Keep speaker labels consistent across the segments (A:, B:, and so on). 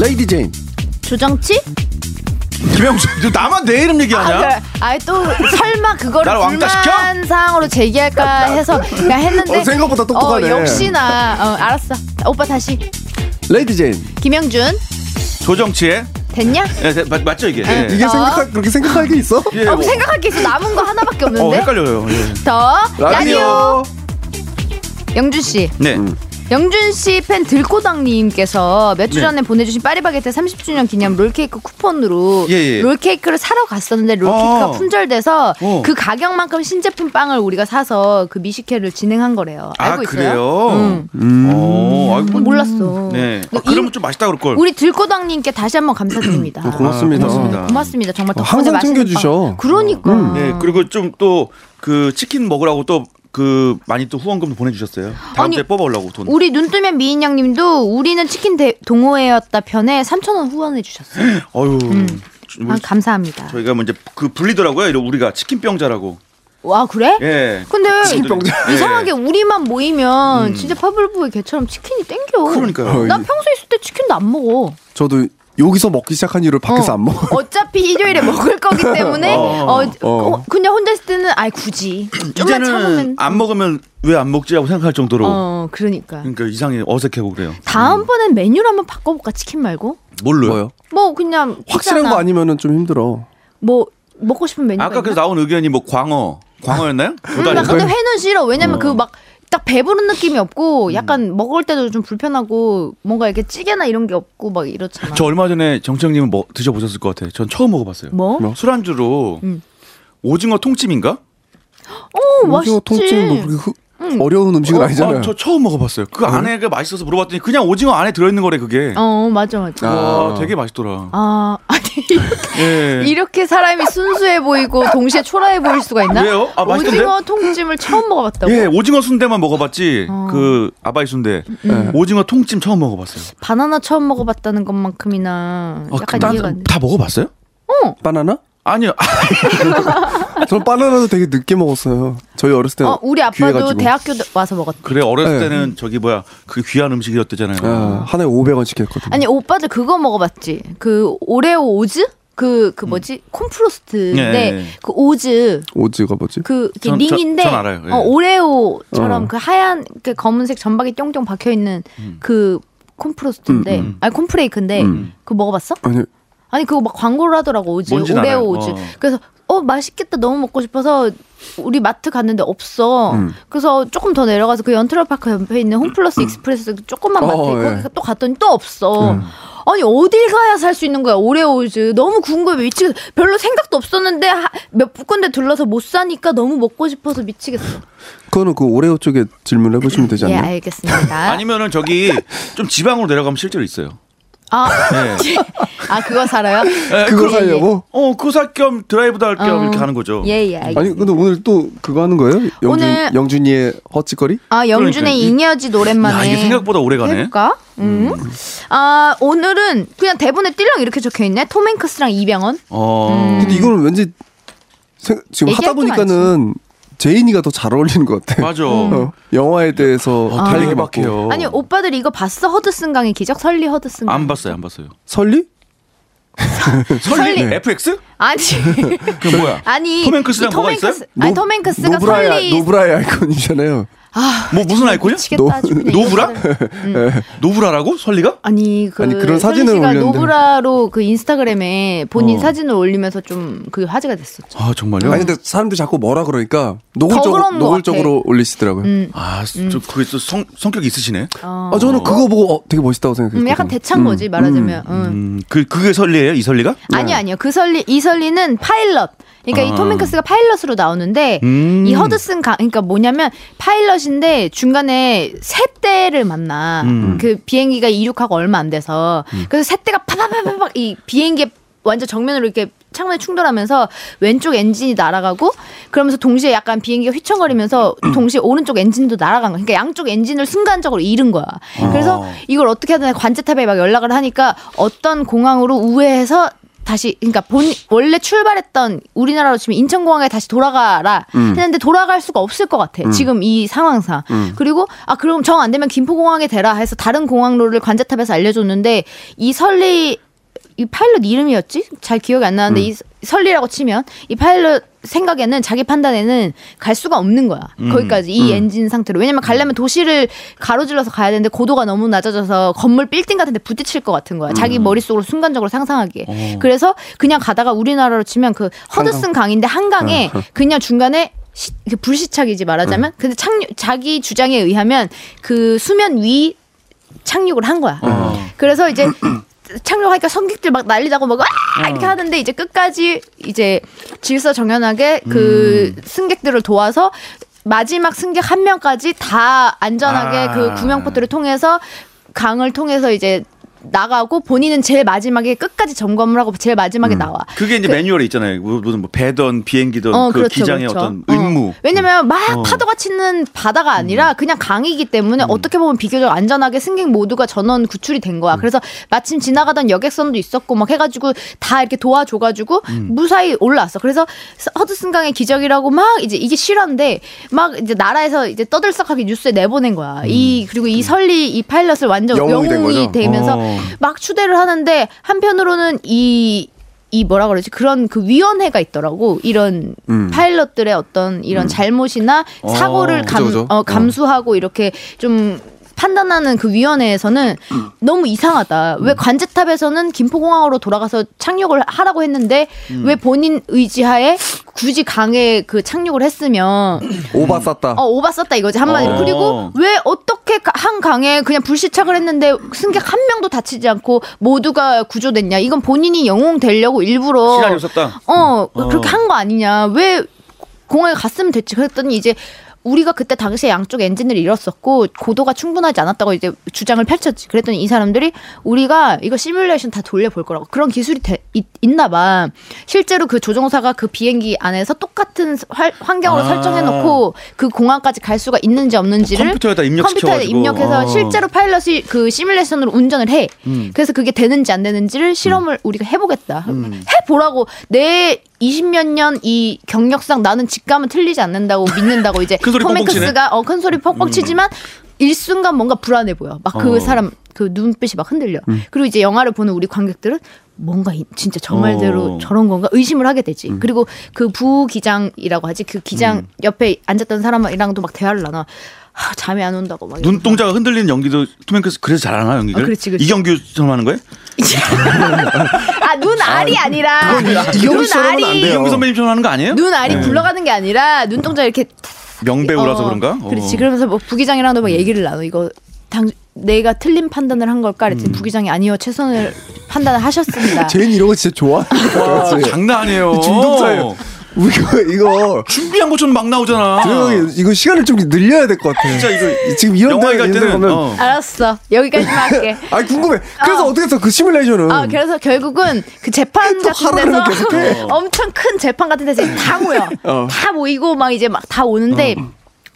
A: 레이디 제인
B: 조정치?
C: 김영수 너 나만 내 이름 얘기하냐?
B: 아,
A: 어,
B: 그래. 아니 또 설마 그거를
C: 나를 왕따시켜?
B: 불만 사항으로 제기할까 해서 그냥 했는데
A: 어, 생각보다 똑똑하네.
B: 어, 역시나 어, 알았어. 자, 오빠 다시
A: 레이디 제인
B: 김영준
C: 조정치에
B: 됐냐?
C: 예, 네, 맞, 맞죠 이게? 예.
A: 이게 생각할 그렇게 생각할 게 있어?
C: 예,
B: 어,
C: 뭐-
B: 생각할 게 있어 남은 거 하나밖에
C: 어,
B: 없는데
C: 헷갈려요. 예.
B: 더 네. 라디오, 음. 영준 씨
C: 네.
B: 영준 씨 팬 들꼬당님께서 몇 주
C: 네.
B: 전에 보내주신 파리바게트 30주년 기념 롤케이크 쿠폰으로
C: 예, 예.
B: 롤케이크를 사러 갔었는데 롤케이크가
C: 어.
B: 품절돼서
C: 어.
B: 그 가격만큼 신제품 빵을 우리가 사서 그 미식회를 진행한 거래요.
C: 아
B: 알고 있어요?
C: 그래요?
B: 응.
C: 어, 아이고.
B: 몰랐어.
C: 네. 아,
B: 근데
C: 그러면
B: 이-
C: 좀 맛있다 그럴 걸.
B: 우리 들꼬당님께 다시 한번 감사드립니다.
A: 고맙습니다.
C: 아, 고맙습니다.
B: 고맙습니다. 정말
A: 어,
B: 덕분에
A: 항상
B: 맛있는
A: 챙겨주셔.
B: 빵. 그러니까.
C: 네. 그리고 좀 또 그 치킨 먹으라고 또 그 많이 또 후원금도 보내주셨어요. 다음
B: 아니,
C: 주에 뽑아오려고 돈.
B: 우리 눈뜨면 미인양님도 우리는 치킨 대- 동호회였다 편에 3천 원 후원해 주셨어요.
C: 어유.
B: 아, 감사합니다.
C: 저희가 뭐 이제 그 불리더라고요. 이런 우리가 치킨병자라고.
B: 와 아, 그래?
C: 예.
B: 근데
C: 치킨병자.
B: 이상하게 우리만 모이면 진짜 파블부의 개처럼 치킨이 땡겨.
C: 그러니까요.
B: 난 평소에 있을 때 치킨도 안 먹어.
A: 저도 여기서 먹기 시작한 이유를 밖에서
B: 어.
A: 안 먹어.
B: 어차피 일요일에 먹을 거기 때문에 어, 어, 그냥 혼자 있을 때는 아이 굳이 좀만 참으면.
C: 이제는 아, 안 먹으면 왜 안 먹지라고 생각할 정도로.
B: 어 그러니까.
C: 그러니까 이상해 어색하고 그래요.
B: 다음번엔 메뉴를 한번 바꿔볼까 치킨 말고.
C: 뭘로요?
B: 뭐 그냥
A: 확실한
B: 있잖아.
A: 거 아니면은 좀 힘들어.
B: 뭐 먹고 싶은 메뉴.
C: 아까 그 나온 의견이 뭐 광어, 광어였나요?
B: 음, 나
C: 도다리.
B: 근데 회는 싫어. 왜냐면 그 막 딱 배부른 느낌이 없고 약간 먹을 때도 좀 불편하고 뭔가 이렇게 찌개나 이런 게 없고 막 이렇잖아.
C: 저 얼마 전에 정청님은 뭐 드셔보셨을 것 같아요. 전 처음 먹어봤어요.
B: 뭐?
A: 뭐?
C: 술안주로
B: 음.
C: 오징어 통찜인가?
B: 어,
A: 오징어 통찜 뭐
B: 맛있지.
A: 그렇게 흐- 어려운 음식은 아니잖아요.
C: 아, 저 처음 먹어봤어요. 그 안에 가 맛있어서 물어봤더니 그냥 오징어 안에 들어있는 거래 그게.
B: 어, 맞아 맞아.
A: 아.
C: 와, 되게 맛있더라.
B: 아, 아니
A: 네.
C: 예.
B: 이렇게 사람이 순수해 보이고 동시에 초라해 보일 수가 있나?
C: 왜요? 아, 맛있던데?
B: 오징어 통찜을 처음 먹어봤다고.
C: 예, 오징어 순대만 먹어봤지.
B: 어. 음,
C: 그 아바이 순대. 네. 오징어 통찜 처음 먹어봤어요.
B: 바나나 처음 먹어봤다는 것만큼이나
C: 아,
B: 어, 약간
C: 난-
B: 이해가 안 돼.
C: 다 먹어봤어요?
A: 바나나?
C: 아니요.
A: 저는 바나나도 되게 늦게 먹었어요. 저희 어렸을 때.
B: 어, 우리 아빠도
A: 귀해가지고.
B: 대학교 와서 먹었.
C: 그래 어렸을
A: 예.
C: 때는 저기 뭐야 그 귀한 음식이었대잖아요.
A: 예, 하나에 500원씩 했거든요.
B: 아니 오빠들 그거 먹어봤지? 그 오레오 오즈? 그 그 뭐지? 콘프로스트인데
C: 예.
B: 그 오즈
A: 오즈가 뭐지?
B: 그 이렇게
C: 전- 저-
B: 링인데
C: 전 알아요. 예.
B: 어, 오레오처럼
A: 어.
B: 그 하얀 그 검은색 점박이 쫑쫑 박혀 있는 그 콘프로스트인데
A: 음,
B: 아니 콘프레이크인데 그거 먹어봤어?
A: 아니,
B: 아니 그거 막 광고를 하더라고 오즈
C: 뭔진
B: 오레오
C: 알아요.
B: 오즈
C: 어.
B: 그래서 어 맛있겠다 너무 먹고 싶어서 우리 마트 갔는데 없어
A: 음.
B: 그래서 조금 더 내려가서 그 연트럴파크 옆에 있는 홈플러스 익스프레스 조금만
A: 어,
B: 마트 있고
A: 예. 음.
B: 거기 또 갔더니 또 없어 아니 어딜 가야 살 수 있는 거야 오레오 오즈 너무 궁금해 미치겠어 별로 생각도 없었는데 하- 몇 군데 둘러서 못 사니까 너무 먹고 싶어서 미치겠어
A: 그거는 그 오레오 쪽에 질문을 해보시면 되지
B: 예
A: 않나요?
B: 알겠습니다
C: 아니면은 저기 좀 지방으로 내려가면 실제로 있어요.
B: 아,
C: 네.
B: 아 그거 살아요
A: 그거
B: 예, 예.
A: 사려고?
C: 어, 그살 겸 드라이브 도할 겸
B: 어.
C: 이렇게 하는 거죠.
B: 예예 알겠습니다
A: 아니, 근데 오늘 또 그거 하는 거예요? 영준,
B: 오늘-
A: 영준이의 허짓거리?
B: 아 영준의
C: 그러니까요.
B: 잉여지 노랫만에
C: 야, 이게 생각보다 오래 가네.
B: 해볼까? 음. 아 오늘은 그냥 대본에 띨렁 이렇게 적혀 있네. 톰 행크스랑 이병헌.
C: 어.
B: 음.
A: 근데 이거는 왠지 생- 지금
B: 얘기할
A: 하다
B: 게
A: 보니까는 제인이가 더 잘 어울리는 것 같아.
C: 맞아.
B: 음.
A: 어, 영화에 대해서
C: 어,
A: 다
C: 되게
A: 얘기 받고.
C: 막해요.
B: 아니 오빠들 이거 봤어? 허드슨 강의 기적 설리 허드슨.
C: 안
B: 강의.
C: 봤어요, 안 봤어요.
A: 설리?
C: 네, 설리?
B: 설리.
C: FX?
B: 아니
C: 그 뭐야?
B: 아니.
C: 톰 행크스랑
B: 이
C: 뭐가 있어요?
B: 아니
A: 노-
B: 톰 행크스가
A: 노브라의,
B: 설리.
A: 노브라의 아이콘이잖아요.
C: 뭐 무슨 아이콘이야?
B: 미치겠다. 아주 그냥
C: 노브라? 네.
B: 이거는.
C: 음. 노브라라고? 설리가?
B: 아니 그
A: 아니, 그런
B: 설리
A: 사진을
B: 씨가
A: 올렸는데.
B: 노브라로 그 인스타그램에 본인
C: 어.
B: 사진을 올리면서 좀 그 화제가 됐었죠.
C: 아, 정말요?
A: 아니 근데 사람들이 자꾸 뭐라 그러니까
B: 그런
A: 노골적으로,
B: 것 음.
A: 노골적으로 올리시더라고요.
C: 아, 저 그게 또 성, 성격이 있으시네.
B: 어.
A: 아 저는 그거 보고 어, 되게 멋있다고 생각했어요.
B: 음, 약간 대찬 거지 말하자면. 음.
C: 음, 그 그게 설리예요, 이 설리가?
B: 아니요, 아니요. 그 설리, 이 설리는 파일럿. 그러니까
C: 네. 아.
B: 이 톰행크스가 파일럿으로 나오는데
C: 음.
B: 이 허드슨 강 그러니까 뭐냐면 파일럿인데 중간에 새 떼를 만나
C: 음.
B: 그 비행기가 이륙하고 얼마 안 돼서 그래서 새 떼가 파파파파팍 이 비행기에 완전 정면으로 이렇게 창문에 충돌하면서 왼쪽 엔진이 날아가고 그러면서 동시에 약간 비행기가 휘청거리면서
C: 음.
B: 동시에 오른쪽 엔진도 날아간 거야. 그러니까 양쪽 엔진을 순간적으로 잃은 거야. 그래서
C: 아.
B: 이걸 어떻게 하든 간제탑에 막 연락을 하니까 어떤 공항으로 우회해서 다시 그러니까 본 원래 출발했던 우리나라로 치면 인천공항에 다시 돌아가라 했는데 돌아갈 수가 없을 것 같아 지금 이 상황상 그리고 아 그럼 정 안 되면 김포공항에 대라 해서 다른 공항로를 관제탑에서 알려줬는데 이 설리 이 파일럿 이름이었지 잘 기억이 안 나는데 이 설리라고 치면 이 파일럿 생각에는 자기 판단에는 갈 수가 없는 거야 거기까지 이 엔진 상태로 왜냐면 가려면 도시를 가로질러서 가야 되는데 고도가 너무 낮아져서 건물 빌딩 같은데 부딪힐 것 같은 거야 자기 머릿속으로 순간적으로 상상하기에 그래서 그냥 가다가 우리나라로 치면 그 허드슨 강인데 한강에 그냥 중간에 시- 그 불시착이지 말하자면 근데 착륙 자기 주장에 의하면 그 수면 위 착륙을 한 거야. 그래서 이제 착륙하니까 성객들 막 난리나고 막 아! 이렇게 하는데 이제 끝까지 이제 질서정연하게 그 승객들을 도와서 마지막 승객 한 명까지 다 안전하게
C: 아.
B: 그 구명포트를 통해서 강을 통해서 이제 나가고 본인은 제일 마지막에 끝까지 점검을 하고 제일 마지막에 나와.
C: 그게 이제 매뉴얼에 있잖아요. 뭐- 무슨 뭐 배든 비행기든
B: 어,
C: 그
B: 그렇죠,
C: 기장의
B: 그렇죠.
C: 어떤
B: 어.
C: 의무.
B: 왜냐면 막
C: 어. 음.
B: 파도가 치는 바다가 아니라 그냥 강이기 때문에 어떻게 보면 비교적 안전하게 승객 모두가 전원 구출이 된
C: 음.
B: 거야. 그래서 마침 지나가던 여객선도 있었고 막 해가지고 다 이렇게 도와줘가지고
C: 음.
B: 무사히 올라왔어. 그래서 허드슨강의 기적이라고 막 이제 이게 실화인데 막 이제 나라에서 이제 떠들썩하게 뉴스에 내보낸
C: 음.
B: 거야. 이 그리고 이 설리 이 파일럿을 완전
D: 영웅이
B: 영웅이,
D: 된 거죠?
B: 되면서
C: 어.
B: 막 추대를 하는데 한편으로는 이, 이 뭐라 그러지 그런 그 위원회가 있더라고 이런 파일럿들의 어떤 이런 잘못이나 사고를 감,
D: 음. 어, 그죠, 그죠.
B: 어, 감수하고 이렇게 좀 판단하는 그 위원회에서는
D: 음.
B: 너무 이상하다. 왜 관제탑에서는 김포공항으로 돌아가서 착륙을 하라고 했는데
D: 음.
B: 왜 본인 의지하에 굳이 강에 그 착륙을 했으면
A: 음.
D: 오바 쌌다.
B: 어 오바 썼다 이거지 한마디로
C: 어.
B: 그리고 왜 어떻게 가- 한 강에 그냥 불시착을 했는데 승객 한 명도 다치지 않고 모두가 구조됐냐 이건 본인이 영웅 되려고 일부러
C: 시나리오 썼다.
B: 어,
C: 어.
B: 그렇게 한 거 아니냐 왜 공항에 갔으면 됐지 그랬더니 이제 우리가 그때 당시에 양쪽 엔진을 잃었었고 고도가 충분하지 않았다고 이제 주장을 펼쳤지 그랬더니 이 사람들이 우리가 이거 시뮬레이션 다 돌려볼 거라고 그런 기술이 돼- 있, 있나 봐 실제로 그 조종사가 그 비행기 안에서 똑같은 활- 환경으로
C: 아.
B: 설정해놓고 그 공항까지 갈 수가 있는지 없는지를
C: 컴퓨터에다 입력시켜가지고.
B: 컴퓨터에 입력해서
C: 어. 음.
B: 실제로 파일럿이 그 시뮬레이션으로 운전을 해. 그래서 그게 되는지 안 되는지를 실험을 우리가 해보겠다.
C: 음.
B: 해보라고 내 20몇 년 이 경력상 나는 직감은 틀리지 않는다고 믿는다고 이제
C: 큰 소리
B: 톰
C: 뻥뻥 치네. 음.
B: 행크스가 어큰 소리 퍽퍽 치지만 일순간 뭔가 불안해 보여. 막 그
C: 어. 음.
B: 사람 그 눈빛이 막 흔들려. 그리고 이제 영화를 보는 우리 관객들은 뭔가 이- 진짜 정말대로
C: 어.
B: 저런 건가 의심을 하게 되지. 그리고 그 부기장이라고 하지 그 기장 옆에 앉았던 사람이랑도 막 대화를 나눠. 아, 잠이 안 온다고 막 이러면서.
C: 음. 눈동자가 흔들리는 연기도 투맨크스 그래서 잘하나 연기를?
B: 아, 그렇지, 그렇지.
C: 이경규처럼 하는 거예요?
B: 아, 눈 알이 아니라
D: 이경규
B: 눈
D: 씨랑은 안 돼요.
B: 알이
C: 이경규 선배님처럼 하는 거 아니에요?
B: 눈 알이 굴러가는 게 아니라 눈동자 이렇게
C: 명배우라서
B: 어,
C: 그런가? 어.
B: 그렇지. 그러면서 뭐 부기장이랑도 막 얘기를 나눠. 이거 당 내가 틀린 판단을 한 걸까? 그랬더니 부기장이 아니요 최선을 판단을 하셨습니다.
A: 쟤는 이런 거 진짜 좋아.
C: 와, 장난 어. 아니에요.
A: 중독자예요. 우리가 이거
C: 준비한 것처럼 막
A: 그,
C: 나오잖아.
A: 조용히 이거 시간을 좀 늘려야 될 것 같아.
C: 어. 진짜 이거
A: 지금 이런
C: 영화에
A: 데
C: 갈
A: 있는
C: 때는
A: 거면
C: 어.
B: 알았어. 여기까지만 할게.
A: 아니 궁금해. 그래서
B: 어.
A: 어. 떻게 했어 그 시뮬레이션은?
B: 아, 그래서 결국은 그 재판 같은
A: 하루를
B: 데서
A: 계속해.
B: 엄청 큰 재판 같은 데서 이제 다 모여.
A: 어.
B: 다 모이고 막 이제 막 다 오는데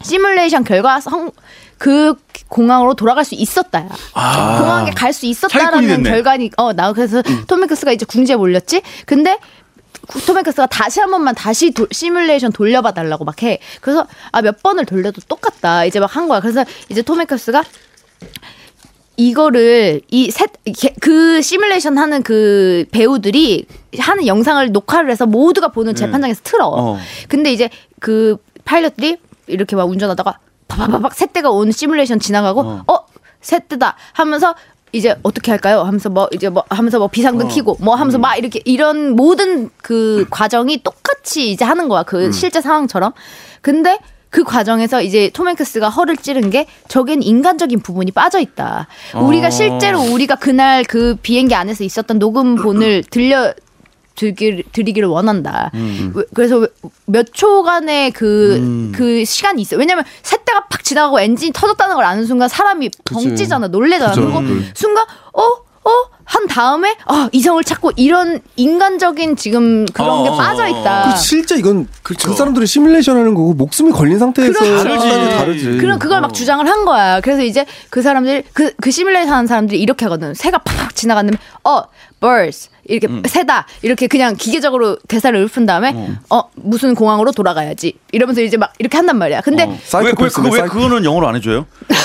B: 시뮬레이션 결과 성, 그 공항으로 돌아갈 수 있었다. 야
A: 아.
B: 공항에 갈 수
C: 사기꾼이
B: 있었다라는
C: 됐네.
B: 결과니, 어, 나 그래서
A: 음.
B: 톰 행크스가 이제 궁지에 몰렸지? 근데 구- 톰 행크스가 다시 한 번만 다시 도- 시뮬레이션 돌려봐 달라고 막 해. 그래서 아, 몇 번을 돌려도 똑같다. 이제 막 한 거야. 그래서 이제 톰 행크스가 이거를 이셋그 시뮬레이션 하는 그 배우들이 하는 영상을 녹화를 해서 모두가 보는 재판장에서 틀어.
C: 어.
B: 근데 이제 그 파일럿들이 이렇게 막 운전하다가 바바바박 새떼가 온 시뮬레이션 지나가고 어, 새떼다 하면서 이제 어떻게 할까요? 하면서 뭐 이제 뭐 하면서 뭐 비상등 켜고 뭐 하면서 막 이렇게 이런 모든 그 과정이 똑같이 이제 하는 거야. 그 실제 상황처럼. 근데 그 과정에서 이제 톰 행크스가 허를 찌른 게 저겐 인간적인 부분이 빠져 있다. 우리가
C: 어.
B: 실제로 우리가 그날 그 비행기 안에서 있었던 녹음본을 들려 드기, 드리기를 원한다. 왜- 그래서 왜- 몇 초간의 그, 그 시간이 있어요. 왜냐면 새때가 팍 지나가고 엔진이 터졌다는 걸 아는 순간 사람이 벙찌잖아. 놀래잖아.
D: 그죠.
B: 그리고
D: 음.
B: 순간, 어? 어? 한 다음에, 아, 이성을 찾고 이런 인간적인 지금 그런
C: 어,
B: 게
C: 어,
B: 빠져 있다.
A: 그 실제 이건 그 사람들이 시뮬레이션 하는 거고 목숨이 걸린 상태에서
B: 그렇죠.
A: 한다는 게 다르지.
B: 그럼 그걸 막 주장을 한 거야. 그래서 이제 그 사람들이 그, 그 시뮬레이션 하는 사람들이 이렇게 하거든. 새가 팍 지나갔는데 어 birds 이렇게
A: 음.
B: 새다 이렇게 그냥 기계적으로 대사를 읊은 다음에 어, 무슨 공항으로 돌아가야지 이러면서 이제 막 이렇게 한단 말이야. 근데
C: 어. 왜, 왜, 그거, 왜
A: 사이코패스네,
C: 그거는 영어로 안 해줘요?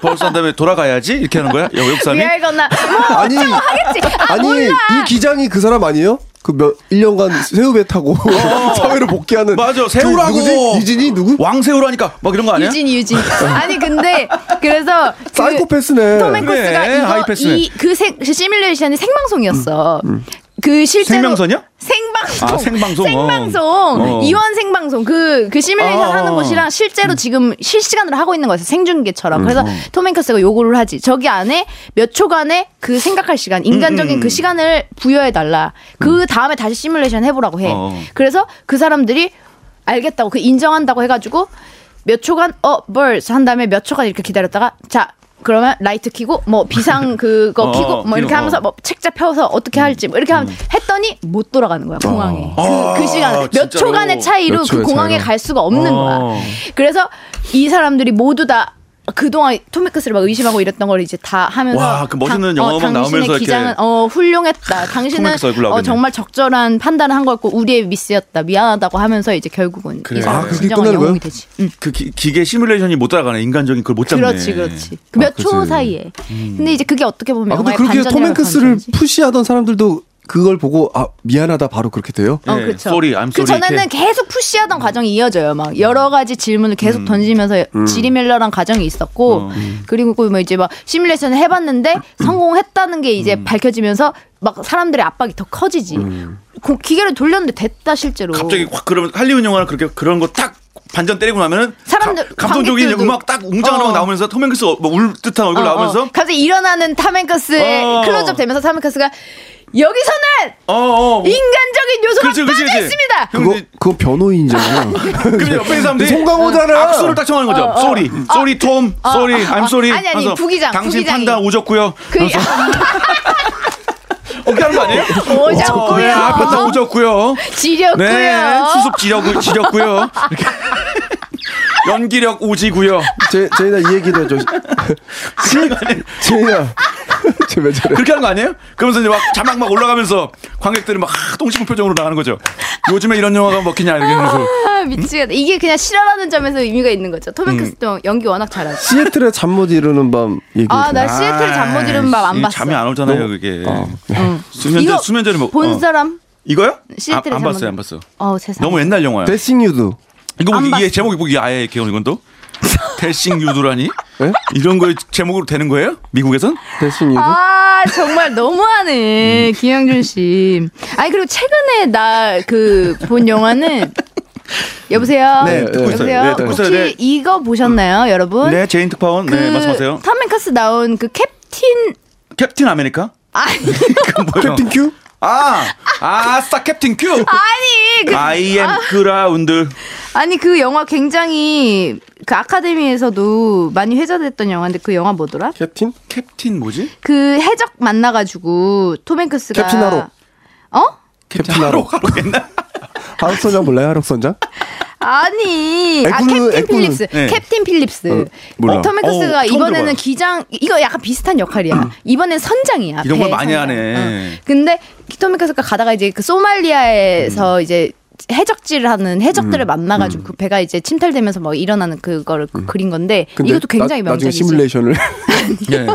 C: 벌써 한 다음에 돌아가야지 이렇게 하는 거야? 외국 사람이?
B: 위할 거나 뭐
A: 아니
B: 하겠지. 아,
A: 아니
B: 몰라.
A: 이 기장이 그 사람 아니에요? 그 몇 1년간 새우배 타고 사회로 복귀하는
C: 어. 맞아
A: 그
C: 새우라고
A: 누구지? 유진이 누구?
C: 왕새우라니까 막 이런 거 아니야?
B: 유진이 유진. 아니 근데 그래서 그
A: 사이코패스네.
B: 톰행크스가
C: 그래,
B: 이거
C: 하이패스네.
B: 이그 시뮬레이션이 생방송이었어.
A: 음,
B: 그 실제로
C: 생명선이야?
B: 생방송.
C: 아, 생방송.
B: 생방송.
C: 어.
B: 이원 생방송. 그, 그 시뮬레이션
C: 아,
B: 하는
C: 어.
B: 곳이랑 실제로 지금 실시간으로 하고 있는 거였어. 생중계처럼. 그래서 톰행크스가 요구를 하지. 저기 안에 몇 초간의 그 생각할 시간,
C: 음,
B: 인간적인 그 시간을 부여해달라. 그 다음에 다시 시뮬레이션 해보라고 해.
C: 어.
B: 그래서 그 사람들이 알겠다고, 그 인정한다고 해가지고 몇 초간, 어, birds 한 다음에 몇 초간 이렇게 기다렸다가 자, 그러면 라이트 켜고 뭐 비상 그거
C: 어,
B: 켜고 뭐 이렇게
C: 켜고,
B: 하면서
C: 어. 음,
B: 뭐 책자 펴서 어떻게 할지 뭐 이렇게 하면 했더니 못 돌아가는 거야 공항에
C: 아,
B: 그, 그 시간 몇
C: 진짜로.
B: 초간의 차이로
A: 몇
B: 그
A: 초의
B: 공항에
A: 차이로.
B: 갈 수가 없는
C: 어.
B: 거야 그래서 이 사람들이 모두 다 그동안 토미크스를 막 의심하고 이랬던 걸 이제 다 하면서
C: 와, 그 멋있는 영화 음악
B: 당신의
C: 나오면서 이렇게
B: 기장은 어 훌륭했다 당신은
C: 토미크스 얼굴
B: 어,
C: 나오겠네.
B: 정말 적절한 판단을 한 거였고 우리의 미스였다 미안하다고 하면서 이제 결국은
C: 그래.
B: 이 사람은
C: 아,
A: 그게
B: 진정한
A: 끝나는 거야?
B: 영웅이 되지 응.
C: 그 기, 기계 시뮬레이션이 못 따라가네 인간적인 그걸 못 잡네. 아, 음.
B: 그렇지 그렇지 몇 초
A: 그치.
B: 사이에 근데 이제 그게 어떻게 보면
A: 아, 근데
B: 영화의
A: 그렇게
B: 반전이라고
A: 톰행크스를
B: 생각하는지.
A: 푸시하던 사람들도 그걸 보고 아 미안하다 바로 그렇게 돼요?
B: 어,
C: 예,
B: 그렇죠.
C: sorry, I'm
B: 그
C: sorry
B: 전에는
C: 이렇게.
B: 계속 푸시하던 과정이 이어져요. 막 여러 가지 질문을 계속
C: 음.
B: 던지면서 지리밀러란 과정이 있었고,
C: 어.
B: 그리고 뭐 이제 막 시뮬레이션을 해봤는데 성공했다는 게 이제
C: 음.
B: 밝혀지면서 막 사람들의 압박이 더 커지지. 그 기계를 돌렸는데 됐다 실제로. 어,
C: 갑자기 확 그러면 할리우드 영화는 그렇게 그런 거 딱 반전 때리고 나면은
B: 사람들,
C: 가- 감동적인
B: 관객들도-
C: 음악 딱 웅장하고
B: 어.
C: 나오면서 톰 행크스 뭐울 듯한 얼굴
B: 어,
C: 나오면서
B: 어. 갑자기 일어나는 타멘커스의
C: 어.
B: 클로즈업 되면서 타멘커스가 여기서는
C: 어, 어, 뭐.
B: 인간적인 요소가
C: 그렇지, 그렇지,
B: 빠져
C: 그렇지.
B: 있습니다.
A: 그거
C: 근데-
A: 그거 변호인이잖아.
C: 그럼 옆에 있는 사람들이
A: 송강호잖아.
C: 악수를 딱 청하는 거죠. sorry, sorry, Tom,
B: 어,
C: sorry,
B: 어,
C: I'm
B: 어.
C: sorry.
B: 아니, 아니,
C: 하면서
B: 부기장,
C: 당신
B: 부기장이.
C: 판단 오졌고요.
B: 그
C: 어떻게 하는 거 아니에요?
B: 오졌고요.
C: 어, 네, 아, 판단 오졌고요.
B: 지렸고요.
C: 네, 수습 지렸고, 지렸고요. 이렇게. 연기력 오지고요.
A: 제 제이나 이 얘기를 해줘. 제이나 제왜 저래?
C: 그렇게 하는 거 아니에요? 그러면서 이제 막 자막 막 올라가면서 관객들은 막 하, 똥심은 표정으로 나가는 거죠. 요즘에 이런 영화가 먹히냐 이러면서.
B: 아, 미치겠다. 이게 그냥 실화라는 점에서 의미가 있는 거죠. 톰 행크스도 연기 워낙 잘하지.
A: 시애틀의 잠 못 이루는 밤 얘기.
B: 아, 나 시애틀 잠 못 이루는 밤 안
C: 아이씨,
B: 봤어.
C: 잠이 안 오잖아요,
A: 너무-
C: 그게.
B: 응.
C: 수면제,
B: 이거
C: 수면제를 먹.
B: 본
C: 어.
B: 사람?
C: 이거요?
B: 시애틀의
C: 아, 안
B: 잠
C: 봤어요,
B: 못-
C: 안 봤어.
B: 어, 세상.
C: 너무 옛날 영화야.
A: 데싱 유도.
C: 이거
B: 안
C: 보기
B: 봤어.
C: 이게 제목이 보기 아예 개운 이건 또 대싱 유도라니
A: 예?
C: 이런 거 제목으로 되는 거예요? 미국에선?
A: 데싱 유도.
B: 아, 정말 너무하네. 김영준 씨. 아니, 그리고 최근에 나 그 본 영화는 여보세요?
A: 네, 듣고 있어요.
B: 여보세요?
C: 네, 듣고
B: 혹시
C: 있어요. 네.
B: 이거 보셨나요, 여러분?
C: 네 제인 특파원
B: 그
C: 네 말씀하세요.
B: 톰 행크스 나온 그 캡틴
C: 캡틴 아메리카?
B: 아니,
C: 그 뭐예요?
A: 캡틴 큐?
C: 아 아싸 캡틴 큐.
B: 아니. 그
C: I am 그라운드.
B: 아니 그 영화 굉장히 그 아카데미에서도 많이 회자됐던 영화인데 그 영화 뭐더라?
A: 캡틴?
C: 캡틴 뭐지?
B: 그 해적 만나가지고 톰 행크스가
A: 캡틴 하록.
B: 어?
A: 캡틴 하로.
C: 하루 옛날.
A: 하록선장 몰라요? 하록선장?
B: 아니 아
A: 애꾸는-
B: 캡틴
A: 애꾸는-
B: 필립스
C: 네.
B: 캡틴 필립스
A: 어, 몰라.
B: 톰 행크스가
C: 어, 처음
B: 이번에는
C: 들어봐요.
B: 기장 이거 약간 비슷한 역할이야 이번엔 선장이야
C: 이런 걸
B: 배
C: 많이
B: 선장.
C: 하네.
B: 어. 근데 톰 행크스가 가다가 이제 그 소말리아에서 이제 해적질을 하는 해적들을 만나가지고 그 배가 이제 침탈되면서 막 일어나는 그거를 그린 건데
A: 근데
B: 이것도 굉장히
A: 나, 나중에
B: 명작이지.
A: 시뮬레이션을
C: 예.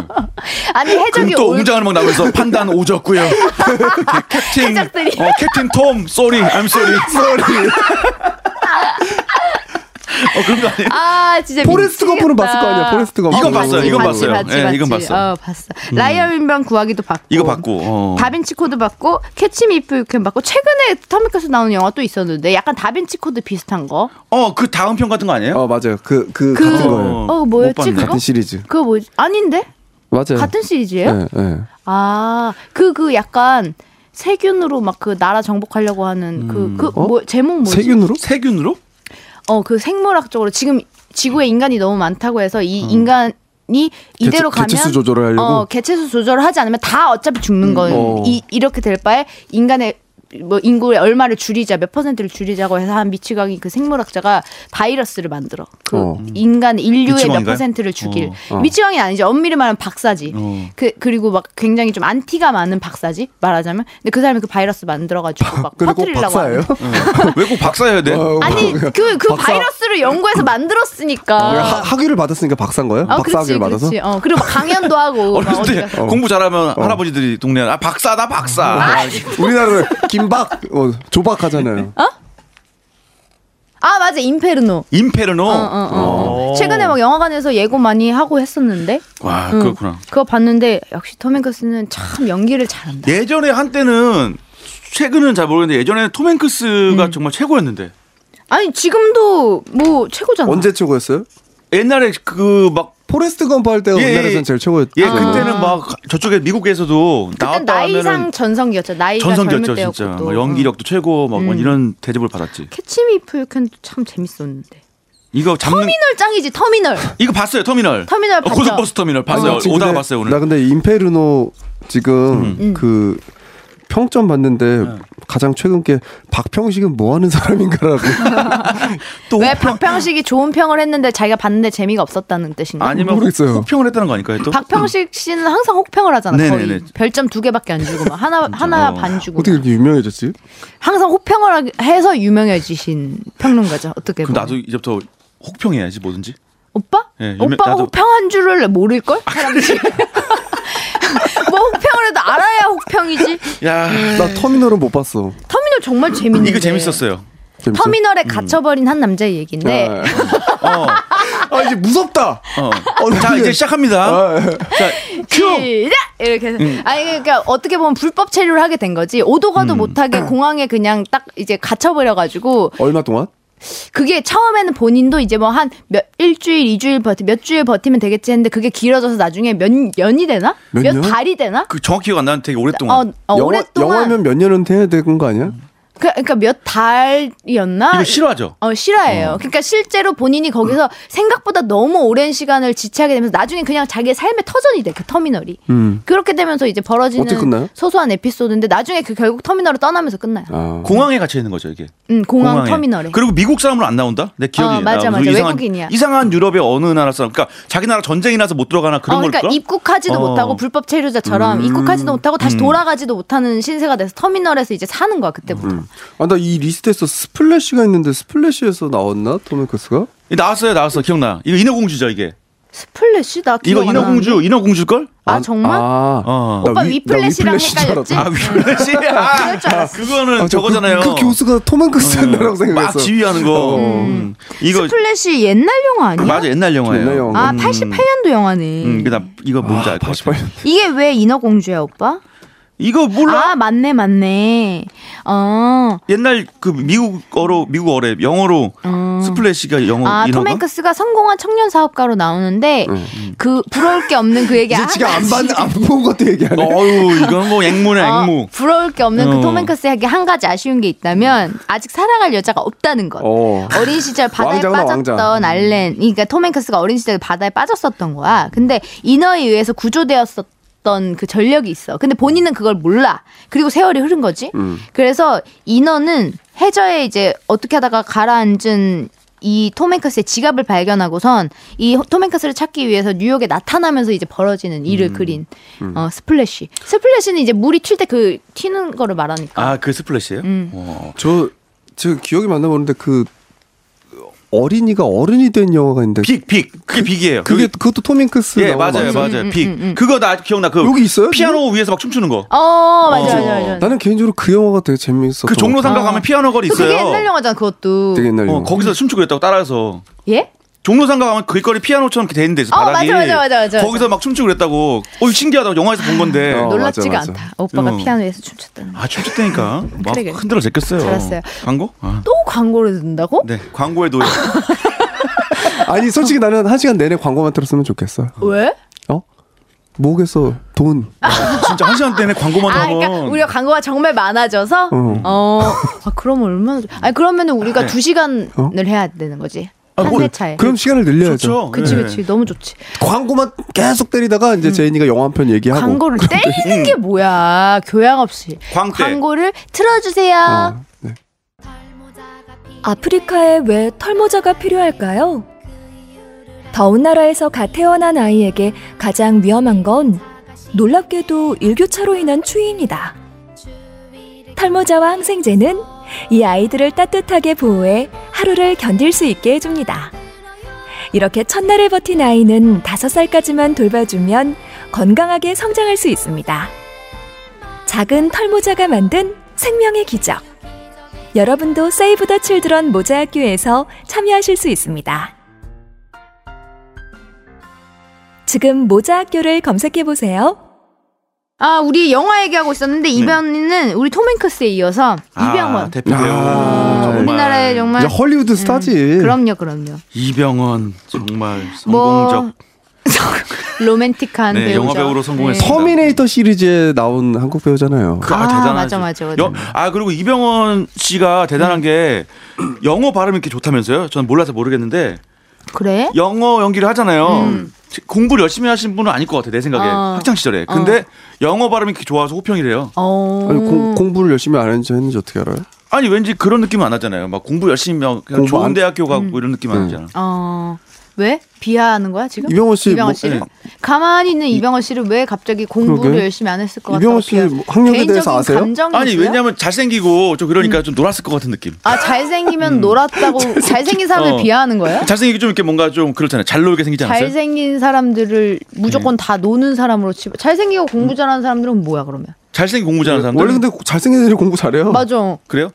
B: 아니 해적이
C: 그또
B: 올-
C: 웅장한 음악 나면서 판단 오졌고요. 캡틴
B: 해적들이.
C: 어 캡틴 톰 sorry I'm sorry sorry. 어 그런 거 아니에요?
B: 아 진짜
A: 포레스트 검프는
B: 미치겠다.
A: 봤을 거 아니야, 포레스트 검프. 음.
C: 이건 봤어요, 이건
B: 봤지,
C: 봤어요.
B: 봤지,
C: 예,
B: 봤지.
C: 이건 봤어요.
B: 어, 봤어. 라이언 윈병 구하기도 봤고.
C: 이거 봤고, 어.
B: 다빈치 코드 봤고 캐치미 이프 유캔 봤고 최근에 터미커스 나오는 영화 또 있었는데 약간 다빈치 코드 비슷한 거.
C: 어그 다음 편 같은 거 아니에요?
A: 어 맞아요 그, 그,
B: 그
A: 같은 거예요
B: 어,
C: 못
B: 뭐였지
C: 봤네.
B: 그거?
A: 같은 시리즈
B: 그거 뭐 아닌데?
A: 맞아요
B: 같은 시리즈예요?
A: 예, 예.
B: 아, 그 그 약간 세균으로 막 그 나라 정복하려고 하는 그 그
A: 어?
B: 뭐 제목 뭐지?
A: 세균으로?
C: 세균으로?
B: 어 그 생물학적으로 지금 지구에
A: 음.
B: 인간이 너무 많다고 해서 이 인간이 이대로 가면
A: 개체수 조절을 하려고? 음.
B: 어 개체수 조절을 하지 않으면 다 어차피 죽는 거예요.
A: 어.
B: 이 이렇게 될 바에 인간의 뭐 인구의 얼마를 줄이자 몇 퍼센트를 줄이자고 해서 한 미치광이 그 생물학자가 바이러스를 만들어 그
A: 어.
B: 인간 인류의 몇
C: 미치광이인가요?
B: 퍼센트를 죽일
A: 어.
B: 미치광이 아니지 엄밀히 말하면 박사지
C: 어.
B: 그 그리고 막 굉장히 좀 안티가 많은 박사지 말하자면 근데 그 사람이 그 바이러스 만들어가지고 막
A: 그리고
B: 퍼뜨리려고
A: 박사예요?
B: 하는데.
C: 왜 꼭 박사해야 돼?
A: 어,
B: 아니 그 그
A: 박사.
B: 바이러스를 연구해서
A: 왜
B: 만들었으니까
C: 아,
A: 하- 학위를 받았으니까 박사인 거예요?
B: 아,
A: 박사
B: 그렇지,
A: 학위를 받아서?
B: 그렇지. 어, 그리고 막 강연도 하고. 막 어디
C: 어렸을
B: 가서.
C: 때 공부 잘하면 할아버지들이 동네 아 박사다 박사.
A: 음.
C: 아,
A: 우리나라는 김박, 어, 조박 하잖아요.
B: 어. 아, 맞아. 인페르노.
C: 임페르노.
B: 어, 어, 어. 최근에 막 영화관에서 예고 많이 하고 했었는데.
C: 와
B: 응.
C: 그렇구나.
B: 그거 봤는데 역시 톰 행크스는 참 연기를 잘한다.
C: 예전에 한때는 최근은 잘 모르겠는데 예전에는 톰 행크스가
B: 음.
C: 정말 최고였는데
B: 아니 지금도 뭐 최고잖아.
A: 언제 최고였어요?
C: 옛날에 그막
A: 포레스트 검프 할 때가
C: 예,
A: 우리나라에서는
C: 예.
A: 제일 최고였죠. 아,
C: 예, 그때는 막 저쪽에 미국에서도
B: 아. 그때
C: 나왔다 하면은
B: 나이상 전성기였죠. 나이가
C: 전성기였죠,
B: 젊을 때였고
C: 진짜.
B: 또. 음.
C: 뭐 연기력도 최고 막 이런 대접을 받았지.
B: 캐치미 풀캔도 참 재밌었는데.
C: 이거 잡는
B: 터미널 짱이지 터미널.
C: 이거 봤어요, 터미널.
B: 터미널
C: 어,
B: 봤죠. 아,
C: 고속버스 터미널 봤어요.
A: 그치,
C: 오다가
A: 근데
C: 봤어요, 오늘.
A: 아, 나 근데 인페르노 지금
B: 음.
A: 그 평점 봤는데 가장 최근 게 박평식은 뭐 하는 사람인가라고.
C: 뭐?
B: 왜 박평식이 좋은 평을 했는데 자기가 봤는데 재미가 없었다는 뜻인가?
C: 아니면
A: 모르겠어요.
C: 호평을 했다는 거 아닐까요, 또?
B: 박평식 씨는 항상 혹평을 하잖아. 거의
C: 네네네. 그렇죠.
B: 별점 두 개밖에 안 주고 막 하나 하나 반 주고
A: 어떻게 이렇게 유명해졌지?
B: 항상 혹평을 하기- 해서 유명해지신 평론가죠. 어떻게
C: 그럼
B: 보면
C: 나도 이제부터 혹평해야지 뭐든지.
B: 오빠?
C: 예, 유명-
B: 오빠가
C: 나도- 아,
B: 혹평한 줄을 모를 걸? 사람들이 뭐 혹평을 해도 알아야 혹평이지.
C: 야,
B: 음,
A: 나 터미널은 못 봤어.
B: 터미널 정말 재밌는데.
C: 음, 이거 재밌었어요. 음.
A: 재밌어?
B: 터미널에 갇혀버린 한 남자의 얘기인데
A: 아,
C: 어.
A: 아 이제 무섭다.
C: 어.
A: 어,
C: 자, 이제 시작합니다.
A: 아, 예.
C: 자,
B: 시작 이렇게 해서
C: 음.
B: 아니 그러니까 어떻게 보면 불법 체류를 하게 된 거지 오도 가도 못하게 공항에 그냥 딱 이제 갇혀버려 가지고
A: 얼마 동안?
B: 그게 처음에는 본인도 이제 뭐 한 몇 일주일, 이주일 버티 몇 주일 버티면 되겠지 했는데 그게 길어져서 나중에 몇 년이 되나?
A: 몇 년?
B: 달이 되나?
C: 그 정확히 기억 안 나는데 되게 오랫동안.
B: 어, 어,
A: 영어,
B: 오랫동안
A: 영어면 몇 년은 돼야 되는 거 아니야?
B: 그, 그러니까 몇 달이었나?
C: 이거 실화죠.
B: 어 실화예요. 그러니까 실제로 본인이 거기서 생각보다 너무 오랜 시간을 지체하게 되면서 나중에 그냥 자기의 삶의 터전이 돼 그 터미널이.
A: 음.
B: 그렇게 되면서 이제
A: 어떻게
B: 벌어지는
A: 끝나요?
B: 소소한 에피소드인데 나중에 그 결국 터미널을 떠나면서 끝나요.
A: 아.
C: 공항에 갇혀 있는 거죠, 이게.
B: 음, 공항 터미널에.
C: 그리고 미국 사람으로 안 나온다? 내 기억이
B: 어, 맞아,
C: 나.
B: 맞아.
C: 무슨
B: 외국인이야.
C: 이상한 유럽의 어느 나라 사람. 그러니까 자기 나라 전쟁이 나서 못 들어가나 그런
B: 어, 그러니까
C: 걸까?
B: 입국하지도
C: 어. 음.
B: 못하고 불법 체류자처럼 입국하지도 못하고 다시 돌아가지도 못하는 신세가 돼서 터미널에서 이제 사는 거야 그때부터.
C: 음.
A: 아, 나 이 리스트에서 스플래시가 있는데 스플래시에서 나왔나? 토메커스가?
C: 나왔어요, 나왔어. 기억나. 이거 인어공주죠, 이게.
B: 스플래시 나 기억
C: 이거
B: 안 나는데.
C: 인어공주, 인어공주일 걸?
B: 아 정말?
A: 아,
C: 어.
A: 나
B: 오빠
A: 위- 나
B: 위플래시랑
A: 위플래시인 줄
B: 헷갈렸지?
A: 알았다.
C: 아, 위플래시.
B: 그럴 줄 알았어.
C: 그거는
A: 아, 저
C: 저거잖아요. 음.
A: 그, 그 교수가 토맨크스였나라고
C: 막
A: 생각했어.
C: 지휘하는 거.
A: 어.
C: 음. 이거
B: 스플래시 옛날 영화 아니야?
C: 맞아 옛날 영화예요.
A: 옛날 영화.
B: 아
A: 음.
B: 88년도 영화네.
C: 음, 그다음 이거 뭔지 알 것 같아.
A: 88년.
B: 이게 왜 인어공주야 오빠?
C: 이거 몰라.
B: 아 맞네 맞네. 어.
C: 옛날 그 미국어로 미국어래 영어로 스플래시가 영어
B: 아,
C: 인어가. 어,
B: 톰 행크스가 성공한 청년 사업가로 나오는데
C: 음.
B: 그 부러울 게 없는 그에게
A: 이제 지가 안
B: 가지-
A: 봤, 안본 것도 얘기하네.
C: 어유 이건 뭐 앵무네 앵무.
B: 어, 부러울 게 없는
C: 어.
B: 그 톰 행크스에게 한 가지 아쉬운 게 있다면 아직 사랑할 여자가 없다는 것.
A: 어.
B: 어린 시절 바다에
A: 왕자구나, 왕자. 음.
B: 빠졌던 알렌, 그러니까 톰 행크스가 어린 시절 바다에 빠졌었던 거야. 근데 인어에 의해서 구조되었었던 그 전력이 있어. 근데 본인은 그걸 몰라. 그리고 세월이 흐른 거지.
A: 음.
B: 그래서 인어는 해저에 이제 어떻게 하다가 가라앉은 이 톰 행크스의 지갑을 발견하고선 이톰 행크스를 찾기 위해서 뉴욕에 나타나면서 이제 벌어지는
A: 음.
B: 일을 그린 어, 스플래시. 스플래시는 이제 물이 튈 때 그 튀는 거를 말하니까.
C: 아 그 스플래시예요?
B: 음.
C: 어.
A: 저, 지금 기억이 맞나 모르는데 그 어린이가 어른이 된 영화가 있는데
C: 빅, 빅. 그게 빅이에요.
A: 그게
C: 여기-
A: 그것도 토맨크스
C: 예,
A: 나오는
C: 맞아요,
A: 거
C: 맞아요.
B: 음,
C: 빅.
B: 음, 음.
C: 그거 나 기억나. 그
A: 여기 있어요?
C: 피아노 위에서 막 춤추는 거.
B: 어,
C: 어.
B: 맞아, 맞아, 맞아.
A: 나는 개인적으로 그 영화가 되게 재밌었어.
C: 그 종로상가
B: 어.
C: 가면 피아노 거리 있어요.
B: 그게 옛날 영화잖아, 그것도.
A: 되게 옛날 영화.
C: 어, 거기서 춤추고 그랬다고 따라해서.
B: 예?
C: 종로상가 가면 길거리 피아노처럼 이렇게 돼 있는데 있어,
B: 어,
C: 바닥이.
B: 맞아, 맞아, 맞아, 맞아.
C: 거기서 막 춤추고 그랬다고. 어, 이거 신기하다. 영화에서 본 건데.
A: 어.
B: 놀랍지가
A: 맞아, 음. 맞아.
B: 않다. 오빠가
C: 어.
B: 피아노에서 춤췄다는. 거.
C: 아, 춤췄다니까. 막
B: 그래, 그래.
C: 흔들어 제꼈어요.
B: 잘했어요.
C: 광고? 아.
B: 또 광고를 듣는다고?
C: 네, 광고의 노예.
A: 아니 솔직히 나는 한 시간 내내 광고만 들었으면 좋겠어.
B: 왜?
A: 어? 목에서 돈.
C: 진짜 한 시간 때문에 광고만
B: 아,
C: 하면.
B: 그러니까 우리가 광고가 정말 많아져서.
A: 어. 네.
B: 어. 아, 그러면 얼마나? 좋- 아니 그러면은 우리가 두 시간을
A: 어?
B: 해야 되는 거지.
C: 아,
B: 한
C: 뭐,
B: 회 차에.
A: 그럼 네. 시간을 늘려야죠.
C: 좋죠.
B: 그치
C: 예.
B: 그치 너무 좋지.
A: 광고만 계속 때리다가 이제 제인이가 영화 한 편 얘기하고
B: 광고를 때리는
A: 음.
B: 게 뭐야 교양 없이.
C: 광대.
B: 광고를 틀어주세요.
A: 네. 어, 네.
D: 아프리카에 왜 털모자가 필요할까요? 더운 나라에서 갓 태어난 아이에게 가장 위험한 건 놀랍게도 일교차로 인한 추위입니다. 털모자와 항생제는 이 아이들을 따뜻하게 보호해 하루를 견딜 수 있게 해줍니다. 이렇게 첫날을 버틴 아이는 5살까지만 돌봐주면 건강하게 성장할 수 있습니다. 작은 털모자가 만든 생명의 기적. 여러분도 세이브 더 칠드런 모자 학교에서 참여하실 수 있습니다. 지금 모자 학교를 검색해 보세요.
B: 아 우리 영화 얘기하고
A: 네.
B: 있었는데 이번에는 우리 톰행크스에 이어서
C: 아,
B: 이병헌.
C: 대표 배우.
A: 아,
C: 정말.
B: 우리나라의 정말 음,
A: 이제 헐리우드 스타지.
B: 그럼요 그럼요.
C: 이병헌 정말
B: 뭐-
C: 성공적.
B: 로맨틱한
C: 네,
B: 배우죠.
C: 영화 배우로 성공했어요.
A: 터미네이터 시리즈에 나온 한국 배우잖아요.
C: 그-
B: 아,
C: 대단하죠.
B: 맞아, 음. 맞아, 맞아.
C: 여- 아 그리고 이병헌 씨가 대단한 게 영어 발음이 이렇게 좋다면서요? 저는 몰라서 모르겠는데
B: 그래?
C: 영어 연기를 하잖아요. 공부를 열심히 하신 분은 아닐 것 같아 내 생각에
B: 음. 어.
C: 학창 시절에. 근데 영어 발음이 이렇게 좋아서 호평이래요.
B: 어.
A: 아니, 공, 공부를 열심히 안 했는지 했는지 어떻게 알아요?
C: 아니 왠지 그런 느낌은 안 나잖아요. 막 공부 열심히 하면 그냥
A: 공부
C: 좋은
A: 안-
C: 대학교 가고 이런 느낌 안
A: 음.
C: 나잖아.
B: 어. 왜? 비하하는 거야 지금?
A: 이병헌 씨
B: 이병헌
A: 뭐-
B: 씨를?
C: 네.
B: 가만히 있는 이병헌 씨를 왜 갑자기 공부를
A: 그러게.
B: 열심히 안 했을 것 같아?
A: 이병헌 씨 뭐, 학력에 대해서 아세요? 음.
B: 감정이
C: 아니
B: 있어요?
C: 왜냐면 잘생기고 좀 그러니까 좀 놀았을 것 같은 느낌.
B: 아 잘생기면 놀았다고 잘생긴 사람을
C: 어.
B: 비하하는 거예요?
C: 잘생기기 좀 이렇게 뭔가 좀 그렇잖아요. 잘 놀게 생기지 않았어요? 음.
B: 잘생긴 사람들을 무조건 다 노는 사람으로 치. 잘생기고 공부 잘하는 사람들은 뭐야 그러면?
C: 잘생기 공부 잘하는 사람들.
A: 원래 근데 잘생긴 애들이 공부 잘해요.
B: 맞아.
C: 그래요?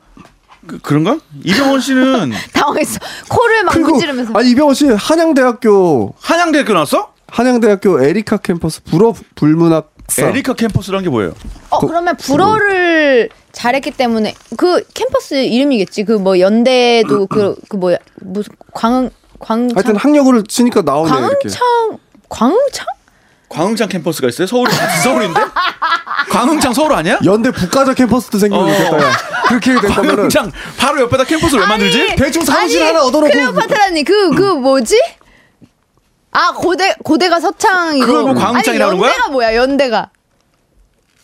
C: 그, 그런가? 이병헌 씨는
B: 당황했어. 코를 막
A: 그리고
B: 문지르면서.
A: 아니 이병헌 씨 한양대학교
C: 한양대학교 나왔어?
A: 한양대학교 에리카 캠퍼스 불어 불문학사
C: 에리카 캠퍼스라는 게 뭐예요?
B: 어
A: 그-
B: 그러면 불어를 잘했기 때문에 그 캠퍼스 이름이겠지. 그 뭐
C: 음,
B: 연대도 그 그 뭐야 무슨 광흥 광흥
A: 하여튼 학력을 치니까 나오네요 이렇게.
B: 광흥창 광흥창?
C: 광흥창 캠퍼스가 있어요? 서울 서울인데? 광흥창 서울 아니야?
A: 연대 북가자 캠퍼스도 생기면
C: 어.
A: 좋겠다. 야. 그렇게 된다면은
C: 광흥창 바로 옆에다 캠퍼스를 왜 만들지?
A: 대충 사무실 하나 얻어놓고
B: 클레오파트라니 그 그 뭐지? 아 고대 고대가 서창이고
C: 그걸 뭐 광흥창이라고
B: 아니,
C: 그러는 거야?
B: 연대가 뭐야 연대가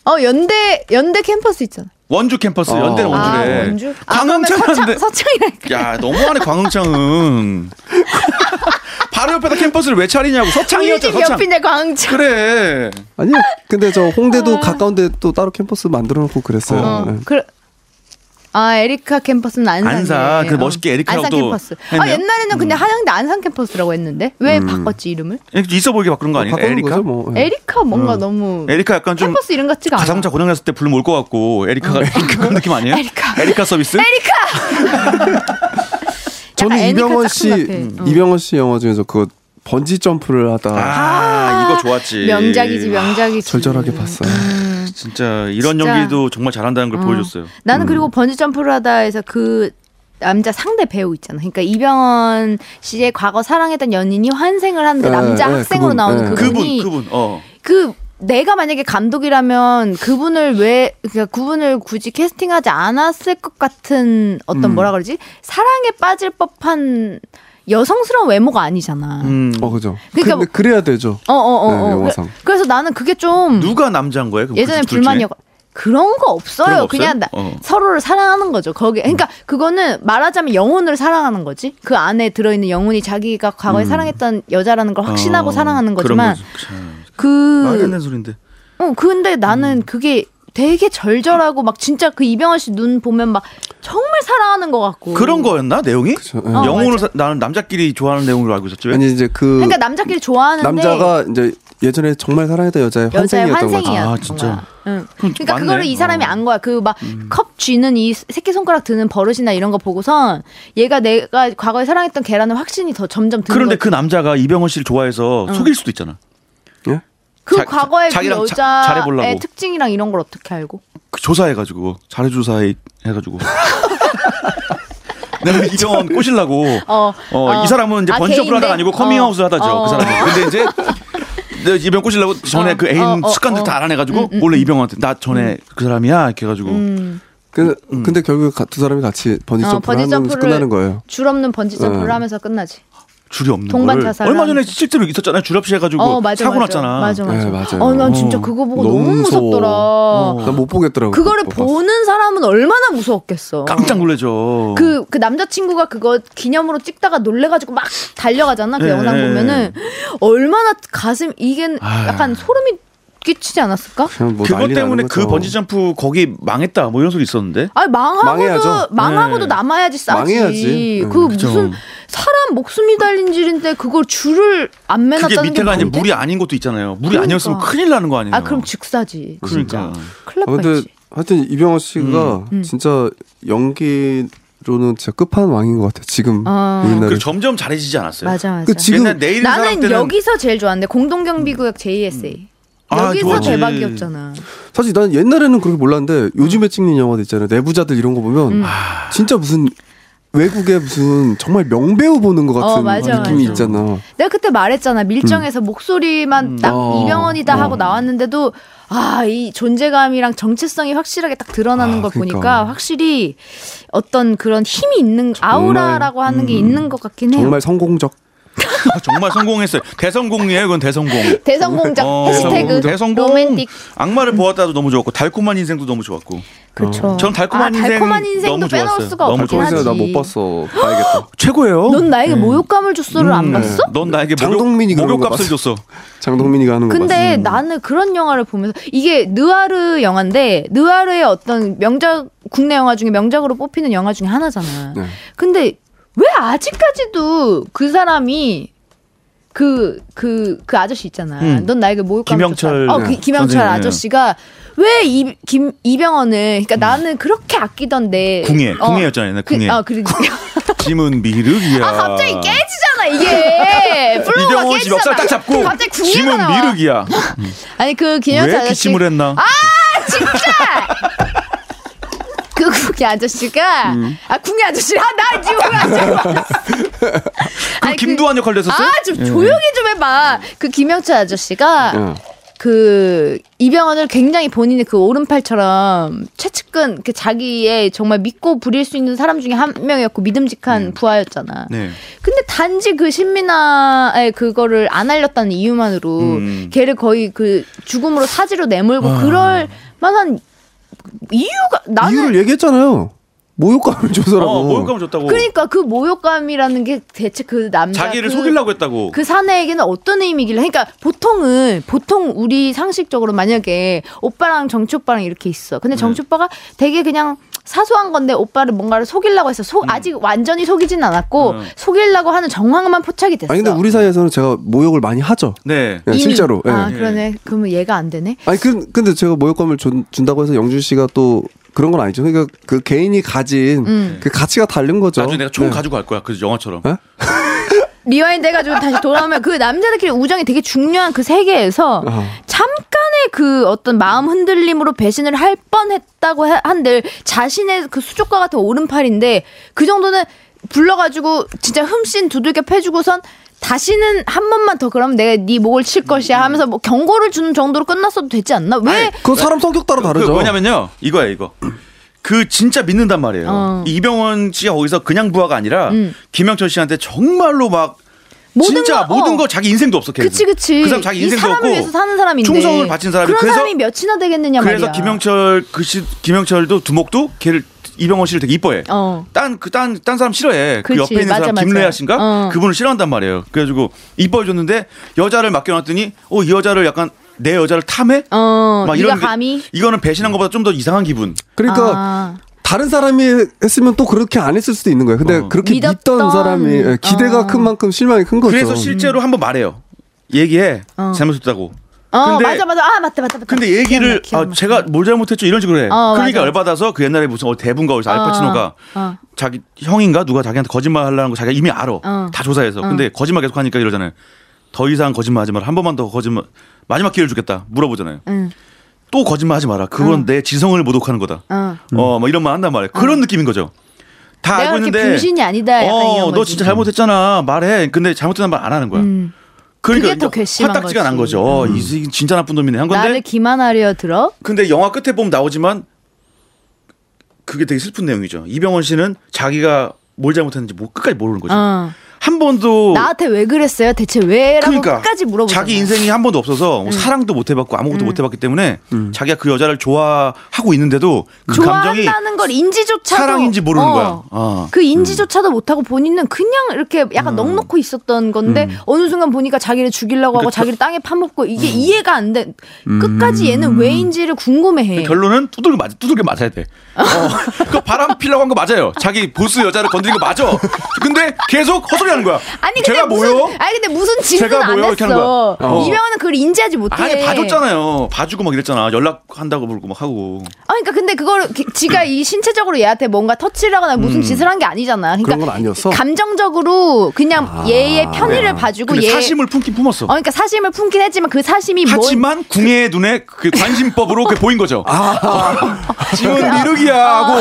B: 어 연대 연대 캠퍼스 있잖아.
C: 원주 캠퍼스
A: 어.
C: 연대는 원주래.
B: 아 원주? 아 그러면
C: 광흥창인데.
B: 서창 서창이라니까.
C: 야 너무하네 광흥창은. 바로 옆에다 캠퍼스를 왜 차리냐고
B: 우리 집
C: 서창이었잖아 서창.
B: 옆인데 광흥창.
C: 그래.
A: 아니요. 근데 저 홍대도
B: 아.
A: 가까운데 또 따로 캠퍼스 만들어놓고 그랬어요.
B: 어,
A: 네.
B: 그래. 아 에리카 캠퍼스는 안산이네.
C: 안산. 그 멋있게 에리카라고
B: 안산
C: 또
B: 캠퍼스. 아
C: 했네요.
B: 옛날에는 근데 한양대 안산 캠퍼스라고 했는데 왜 바꿨지 이름을?
C: 있어 보이게 바꾸는 거 아니야?
A: 바꿔놓은
C: 에리카.
A: 거죠, 뭐. 네.
B: 에리카 뭔가 너무
C: 에리카 약간 좀
B: 캠퍼스 이름 같지가 않아.
C: 가상자 고장 났을 때 부르면 올것 같고 에리카가 그런 느낌 아니에요?
B: 에리카.
C: 에리카 서비스?
A: 저는
B: 약간 애니카 짝퉁
A: 이병헌 씨 음,
B: 같아. 어.
A: 이병헌 씨 영화 중에서 그 번지 점프를 하다
C: 아, 이거 좋았지. 아,
B: 명작이지 명작이지.
A: 아,
C: 음.
A: 절절하게 봤어요.
C: 진짜 이런
B: 진짜.
C: 연기도 정말 잘한다는 걸
B: 어.
C: 보여줬어요.
B: 나는 그리고 번지 점프를 하다에서 그 남자 상대 배우 있잖아. 그러니까 이병헌 씨의 과거 사랑했던 연인이 환생을 하는데
A: 네,
B: 남자
A: 네,
B: 학생으로
A: 그분,
B: 나오는
A: 네.
C: 그분
B: 그분이
C: 그분 어.
B: 그 내가 만약에 감독이라면 그분을 왜 그러니까 그분을 굳이 캐스팅하지 않았을 것 같은 어떤
C: 음.
B: 뭐라 그러지 사랑에 빠질 법한 여성스러운 외모가 아니잖아.
C: 음.
A: 어 그죠.
B: 그러니까
A: 근데
B: 뭐-
A: 그래야 되죠.
B: 어 어어 어.
A: 네,
B: 어.
A: 영화상.
B: 그래- 그래서 나는 그게 좀
C: 누가 남자인 거예요? 그
B: 음. 예전에
C: 둘 중에?
B: 불만이었 그런 거
C: 그런 거
B: 없어요.
C: 없어요?
B: 그냥 나-
C: 어.
B: 서로를 사랑하는 거죠. 거기 그러니까 그거는 말하자면 영혼을 사랑하는 거지. 그 안에 들어있는 영혼이 자기가 과거에 사랑했던 여자라는 걸 확신하고
C: 어,
B: 사랑하는
C: 음. 그런
B: 거지만
C: 거지. 참, 말이 안
B: 그
C: 되는 아, 소리인데.
B: 어, 근데
C: 음.
B: 나는 그게 되게 절절하고 막 진짜 그 이병헌 씨 눈 보면 막 정말 사랑하는 것 같고
C: 그런 거였나 내용이?
A: 예.
B: 어,
C: 영혼을 사- 나는 남자끼리 좋아하는 내용으로 알고 있었죠. 왜?
A: 아니 이제 그
B: 그러니까 남자끼리 좋아하는데
A: 남자가 이제 예전에 정말 사랑했던 여자의
B: 여자의
A: 환생이었던 거죠.
B: 환생이야.
C: 아, 진짜.
B: 응.
C: 그럼
B: 그러니까
C: 맞네.
B: 그거를 이 사람이
C: 어.
B: 안 거야. 그 막 컵 쥐는 이 새끼 손가락 드는 버릇이나 이런 거 보고선 얘가 내가 과거에 사랑했던 걔라는 확신이 더 점점 드는
C: 그런데
B: 거지.
C: 그 남자가 이병헌 씨를 좋아해서
B: 어.
C: 속일 수도 있잖아.
A: 예?
B: 그
C: 자-
B: 과거의 그
C: 자기랑 자-
B: 여자의
C: 잘해보려고.
B: 특징이랑 이런 걸 어떻게 알고?
C: 그 조사해가지고 자료 조사해가지고. 내가 이병헌 꼬시려고.
B: 어,
C: 어,
B: 어.
C: 이 사람은 이제
B: 아,
C: 번지업을
B: 개인데?
C: 하다가 아니고 커밍아웃을
B: 어.
C: 하다죠.
B: 어.
C: 그 사람은. 근데 이제 내가 이병 꼬시려고 전에
B: 어.
C: 그 애인
B: 어, 어,
C: 습관들
B: 어.
C: 다 알아내가지고 몰래 이병헌한테 나
B: 음.
C: 전에 그 사람이야 이렇게 해가지고
A: 근데,
C: 음,
A: 근데 결국 두 사람이 같이 번지
B: 어,
A: 점프를 하면서
B: 번지점프를
A: 끝나는 거예요.
B: 줄 없는 번지 점프를
A: 어.
B: 하면서 끝나지.
C: 줄이 없는
B: 동반
C: 거를
B: 자살을
C: 얼마 전에
B: 하면서.
C: 실제로 있었잖아요. 줄없이 해가지고
B: 어, 맞아,
C: 사고
B: 맞아.
C: 났잖아.
B: 맞아, 맞아.
A: 네, 맞아요. 어.
B: 어, 난 진짜 그거 보고 너무, 무섭더라.
A: 난못 보겠더라고.
B: 그거를
A: 못 봤어.
B: 보는 사람은 얼마나 무서웠겠어.
C: 깜짝 놀래죠.
B: 그, 그 남자친구가 그거 기념으로 찍다가 놀래가지고 막 달려가잖아. 그
A: 예,
C: 네.
B: 영상 보면은 얼마나 가슴, 이게
C: 아유.
B: 약간 소름이 끼치지 않았을까?
A: 그냥 뭐
C: 그것
A: 난리 나는
C: 때문에 그
A: 거죠.
C: 번지 점프 거기 망했다 뭐 이런 소리 있었는데.
B: 아니 망하고도
A: 망해야죠. 예.
B: 망하고도
C: 네.
B: 남아야지 싸지.
A: 망해야지. 예,
B: 그
C: 그죠.
B: 무슨 사람 목숨이 달린 질인데 그걸 줄을 안
C: 그게
B: 매놨다는 게
C: 밑에가
B: 말이
C: 아니
B: 돼?
C: 물이 아닌 것도 있잖아요. 물이
B: 그러니까.
C: 아니었으면 큰일 나는 거 아니에요.
B: 아 그럼 즉사지.
C: 그러니까.
B: 진짜. 큰일 날
A: 아, 근데
B: 뻔했지.
A: 하여튼 이병헌 씨가
B: 음.
A: 진짜 연기로는 진짜 끝판왕인 것 같아. 지금
B: 아.
A: 이
C: 그리고
A: 날에.
C: 점점 잘해지지 않았어요.
B: 맞아 맞아.
A: 그 네. 지금
C: 옛날 내일 사람
B: 나는
C: 때는 음.
B: 여기서 제일 좋아하는데 공동경비구역 JSA.
C: 아,
B: 여기서
C: 좋아하지.
B: 대박이었잖아.
A: 사실 난 옛날에는 그렇게 몰랐는데 요즘에 찍는 영화도 있잖아요. 내부자들 이런 거 보면
B: 음.
C: 아.
A: 진짜 무슨 외국의 무슨 정말 명배우 보는 것 같은
B: 어, 맞아,
A: 느낌이
B: 맞아. 음.
A: 있잖아.
B: 내가 그때 말했잖아.
C: 음.
B: 밀정에서 목소리만 딱
A: 어,
B: 이병헌이다 하고
A: 어.
B: 나왔는데도 아, 이 존재감이랑 정체성이 확실히 딱 드러나는
A: 아,
B: 걸
A: 그러니까.
B: 보니까 확실히 어떤 그런 힘이 있는 아우라라고 하는
C: 음.
B: 게 있는 것 같긴 해요.
A: 정말 성공적.
B: 아,
C: 정말 성공했어요. 대성공이에요. 이건 대성공.
B: 대성공작
C: 어,
B: 해시태그
C: 대성공 어.
B: 로맨틱 음.
C: 악마를 보았다도 너무 좋았고 달콤한 인생도 너무 좋았고
B: 그렇죠.
C: 전 달콤한
B: 아,
C: 인생
B: 달콤한 인생도
C: 너무
B: 빼놓을
C: 좋았어요.
B: 수가
C: 너무
B: 없긴
C: 좋았어요.
B: 하지.
A: 그래서 나못 봤어. 봐야겠다.
C: 최고예요.
B: 넌 나에게 모욕감을 줬어를 안
C: 음,
B: 봤어?
C: 넌 나에게
A: 장동민이 그런 거
C: 목욕값을
A: 봤어.
C: 줬어.
A: 장동민이가 하는 거
B: 근데
A: 음, 맞지?
B: 나는 그런 영화를 보면서 이게 느와르 영화인데 느와르의 어떤 명작 국내 영화 중에 명작으로 뽑히는 영화 중에 하나잖아.
A: 네.
B: 근데 왜 아직까지도 그 사람이 그 그 그 아저씨 있잖아.
C: 음.
B: 넌 나에게 모욕감
C: 김영철
B: 줬다. 어, 그, 김영철
C: 선생님.
B: 아저씨가 왜 이 김 이병헌을 그러니까 나는 그렇게 아끼던데
C: 음. 궁예,
B: 어,
C: 궁예였잖아요. 옛날
B: 그,
C: 궁예.
B: 아, 그리고
C: 짐은 미륵이야.
B: 아 갑자기 깨지잖아 이게. 플로우가
C: 이병헌 씨
B: 깨지잖아.
C: 멱살 딱 잡고
B: 갑자기 궁예가
C: 짐은
B: 나와.
C: 미륵이야.
B: 아니 그 김영철
C: 왜
B: 아저씨
C: 기침을 했나?
B: 진짜. 그 궁예 아저씨가 아 궁예 아저씨 아나 지금 아저씨
C: 음. 그 김두한 역할 됐었어요? 예.
B: 아좀 조용히 좀 해봐 그 김영철 아저씨가
A: 응.
B: 그 이병헌을 굉장히 본인의 그 오른팔처럼 최측근 그 자기의 정말 믿고 부릴 수 있는 사람 중에 한 명이었고 믿음직한 부하였잖아
C: 네.
B: 근데 단지 그 신민아의 그거를 안 알렸다는 이유만으로
C: 음. 아.
B: 걔를 거의 그 죽음으로 사지로 내몰고 그럴 만한 이유가 나는
A: 이유를 얘기했잖아요. 모욕감을 줘서라고.
C: 어, 모욕감을 줬다고.
B: 그러니까 그 모욕감이라는 게 대체 그 남자
C: 자기를
B: 그,
C: 속이려고 했다고.
B: 그 사내에게는 어떤 의미길래 그러니까 보통은 보통 우리 상식적으로 만약에 오빠랑 정치 오빠랑 이렇게 있어 근데
C: 네.
B: 정치 오빠가 되게 그냥 사소한 건데 오빠를 뭔가를 속이려고 했어 속 아직 완전히 속이진 않았고
C: 음.
B: 속이려고 하는 정황만 포착이 됐어
A: 아니 근데 우리 사이에서는 제가 모욕을 많이 하죠.
C: 네.
A: 예,
B: 이미.
A: 실제로. 예.
B: 아 그러네. 그러면 얘가 안 되네.
A: 아니 그, 근데 제가 모욕감을 준, 준다고 해서 영준 씨가 또 그런 건 아니죠. 그러니까 그 개인이 가진
B: 음.
A: 그 가치가 다른 거죠.
C: 나중에 내가 총
A: 네.
C: 가지고 갈 거야. 그 영화처럼.
A: 어?
B: 리와인드 해가지고 다시 돌아오면 그 남자들끼리 우정이 되게 중요한 그 세계에서
A: 어.
B: 잠깐의 그 어떤 마음 흔들림으로 배신을 할 뻔했다고 하- 한들 자신의 그 수족과 같은 오른팔인데 그 정도는 불러가지고 진짜 흠씬 두들겨 패주고선 다시는 한 번만 더 그러면 내가 네 목을 칠 것이야 하면서 뭐 경고를 주는 정도로 끝났어도 되지 않나? 왜?
A: 그건 사람 성격 따라 다르죠.
C: 그 뭐냐면요. 이거야 이거. 그 진짜 믿는단 말이에요.
B: 어.
C: 이병헌 씨가 거기서 그냥 부하가 아니라
B: 음.
C: 김영철 씨한테 정말로 막
B: 모든
C: 진짜
B: 거,
C: 모든
B: 어.
C: 거 자기 인생도 없어. 걔는.
B: 그치 그치.
C: 그 사람 자기
B: 이
C: 인생도
B: 사람을
C: 없고
B: 위해서 사는 사람인데
C: 충성을 바친 사람이
B: 그런
C: 그래서-
B: 사람이 몇이나 되겠느냐 말이야.
C: 그래서 김영철 그씨 김영철도 두목도 걔를 이병헌 씨를 되게 이뻐해.
B: 어.
C: 딴 그 딴 딴 사람 싫어해. 그
B: 그치,
C: 옆에 있는
B: 맞아,
C: 사람
B: 맞아.
C: 김래아 씨인가?
B: 어.
C: 그분을 싫어한단 말이에요. 그래가지고 이뻐해줬는데 여자를 맡겨놨더니 어 이 여자를 약간 내 여자를 탐해?
B: 어, 네가
C: 막 이런 게-
B: 감히
C: 이거는 배신한 것보다 좀 더 이상한 기분.
A: 그러니까
B: 아.
A: 다른 사람이 했으면 또 그렇게 안 했을 수도 있는 거예요. 근데
C: 어.
A: 그렇게 믿던,
B: 믿었던-
A: 사람이 예, 기대가
B: 어.
A: 큰 만큼 실망이 큰 거죠. 음.
C: 그래서 실제로 한번 말해요. 얘기해.
B: 어.
C: 잘못했다고.
B: 어,
C: 근데-
B: 맞아 맞아 아 맞다 맞다 맞다.
C: 근데 얘기를
B: 기억나, 어, 기억나.
C: 아, 제가 뭘 잘못했죠 이런 식으로 해.
B: 어, 맞아.
C: 그러니까 열받아서 그 옛날에 무슨 어, 대분가 어디서 알파치노가
B: 어, 어.
C: 자기 형인가 누가 자기한테 거짓말 하려는 거 자기가 이미 알아.
B: 어.
C: 다 조사해서. 근데 거짓말 계속 하니까 이러잖아요. 더 이상 거짓말 하지 마라. 한 번만 더 거짓말 마지막 기회를 주겠다. 물어보잖아요.
B: 응.
C: 또 거짓말 하지 마라. 그건 내 지성을 모독하는 거다.
B: 어.
C: 어, 뭐 이런 말 한단 말이에요. 그런 느낌인 거죠. 다
B: 내가
C: 알고
B: 그렇게
C: 있는데
B: 분신이 아니다. 약간
C: 어,
B: 이런
C: 너
B: 거지.
C: 진짜 잘못했잖아. 말해. 근데 잘못된 말 안 하는 거야.
B: 음.
C: 그러니까
B: 그게 더 괘씸한
C: 화딱지가 난
B: 거지. 음.
C: 거죠. 어, 이 새끼 진짜 나쁜 놈이네 한 건데.
B: 나를 기만하려 들어.
C: 근데 영화 끝에 보면 나오지만 그게 되게 슬픈 내용이죠. 이병헌 씨는 자기가 뭘 잘못했는지 뭐 끝까지 모르는 거죠.
B: 어.
C: 한 번도
B: 나한테 왜 그랬어요? 대체 왜라고
C: 그러니까
B: 끝까지 물어보잖아요. 음.
C: 자기 인생이 한 번도 없어서 뭐 사랑도 못 해봤고 아무것도 못 해봤기 때문에 자기가 그 여자를 좋아하고 있는데도 그 감정이
B: 좋아한다는 걸 인지조차도
C: 사랑인지 모르는 거야. 어. 음.
B: 그 인지조차도 못하고 본인은 그냥 이렇게 약간 넉넉히 있었던 건데 어느 순간 보니까 자기를 죽이려고
C: 그러니까
B: 하고 자기를 땅에 파먹고 이게
C: 음.
B: 이해가 안 돼. 끝까지 얘는 왜인지를 궁금해해.
C: 그 결론은 두들겨 맞 두들겨 맞아야 돼. 어, 그 바람 피려고 한 거 맞아요. 자기 보스 여자를 건드린 거 맞아. 근데 계속 헛소리하는 거야.
B: 아니 근데
C: 제가
B: 무슨
C: 뭐요?
B: 아니 근데 무슨 증거는
C: 제가
B: 안
C: 뭐요? 이렇게 하는
B: 했어.
C: 거야. 어.
B: 이명환은 그걸 인지하지 못해.
C: 아니 봐줬잖아요. 봐주고 막 이랬잖아. 연락한다고 그러고 막 하고.
B: 아, 그러니까 근데 그걸 기- 지가 이 신체적으로 얘한테 뭔가 터치를 하거나
C: 음.
B: 무슨 짓을 한 게 아니잖아. 그러니까
A: 그런 건 아니었어?
B: 감정적으로 그냥 얘의 편의를 봐주고
C: 아, 네. 근데
B: 얘
C: 사심을 품긴 품었어.
B: 어, 그러니까 사심을 품긴 했지만 그 사심이 뭔
C: 하지만 궁예의 눈에 그 관심법으로 그 보인 거죠.
A: 아.
C: 어,
B: 그러니까.
C: 지금 미륵이야
B: 아.
C: 하고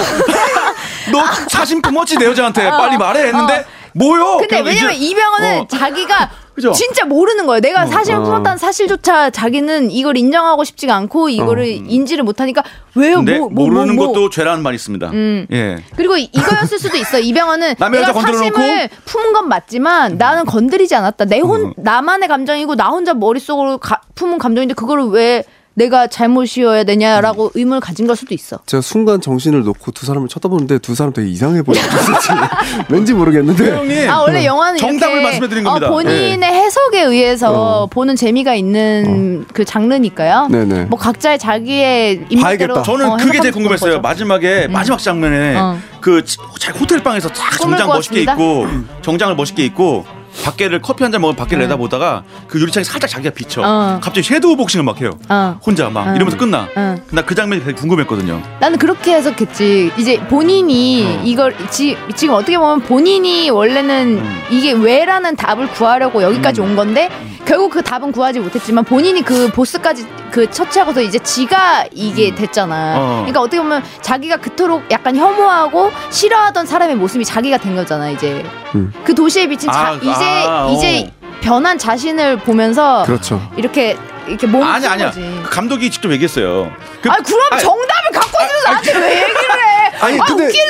C: 너 사심 품었지 내 여자한테 빨리 말해 했는데 뭐요?
B: 아. 근데
C: 그래서
B: 왜냐면
C: 이제-
B: 이병헌은
C: 어.
B: 자기가
C: 그죠? 어,
B: 진짜 모르는 거예요. 내가 사실을 품었다는 사실조차 자기는 이걸 인정하고 싶지가 않고 이거를 인지를 못하니까 왜요?
C: 어. 근데
B: 뭐, 뭐, 뭐, 음.
C: 모르는
B: 뭐.
C: 것도 죄라는 말이 있습니다. 예.
B: 그리고 이- 이거였을 수도 있어. 이병헌은
C: 남의
B: 내가
C: 여자 건드려놓고? 음.
B: 사심을 품은 건 맞지만 나는 건드리지 않았다. 내 혼 나만의 감정이고 나 혼자 머릿속으로 가- 품은 감정인데 그거를 왜 내가 잘못이어야 되냐라고
C: 음.
B: 의문을 가진 걸 수도 있어.
A: 제가 순간 정신을 놓고 두 사람을 쳐다보는데 두 사람 되게 이상해 보였는지 왠지 모르겠는데
C: 그 형님.
B: 아 원래 영화는
C: 예. 음. 정답을
B: 이렇게
C: 말씀해 드린
B: 어,
C: 겁니다. 예. 어.
B: 본인의 해석에 의해서 보는 재미가 있는 그 장르니까요.
A: 네네.
B: 뭐 각자의 자기의 입맛대로
A: 봐야겠다.
C: 저는
B: 어,
C: 그게 제일
B: 해석하는
C: 궁금했어요.
B: 거죠. 음.
C: 마지막에 마지막 장면에
B: 어.
C: 그 잘 호텔 방에서 딱
B: 꿈을
C: 정장 멋있게
B: 꾸었습니다.
C: 입고 정장을 멋있게 입고 밖에를 커피 한 잔 먹으면 밖에를 내다보다가 그 유리창에 살짝 자기가 비쳐.
B: 어.
C: 갑자기 섀도우 복싱을 막 해요.
B: 어.
C: 혼자 막
B: 어.
C: 이러면서 끝나.
B: 어.
C: 나 그 장면이 되게 궁금했거든요.
B: 나는 그렇게 해석했지. 이제
C: 어.
B: 본인이 이걸 지, 지금 어떻게 보면 본인이 원래는
C: 음.
B: 이게 왜라는 답을 구하려고 여기까지 온 건데 결국 그 답은 구하지 못했지만 본인이 그 보스까지 그 처치하고서 이제 지가 이게 됐잖아.
C: 어.
B: 그러니까 어떻게 보면 자기가 그토록 약간 혐오하고 싫어하던 사람의 모습이 자기가 된 거잖아 이제.
A: 음.
B: 그 도시에 비친 자,
C: 아,
B: 이제
C: 아,
B: 이제 변한 자신을 보면서
A: 그렇죠.
B: 이렇게 이렇게 몸을
C: 아니
B: 쓴
C: 아니야.
B: 거지.
C: 그 감독이 직접 얘기했어요. 그,
B: 어, 아 그럼 정답을 갖고 있으면 나한테 왜 얘기를 해?
A: 아니
B: 아 웃긴 사람이네.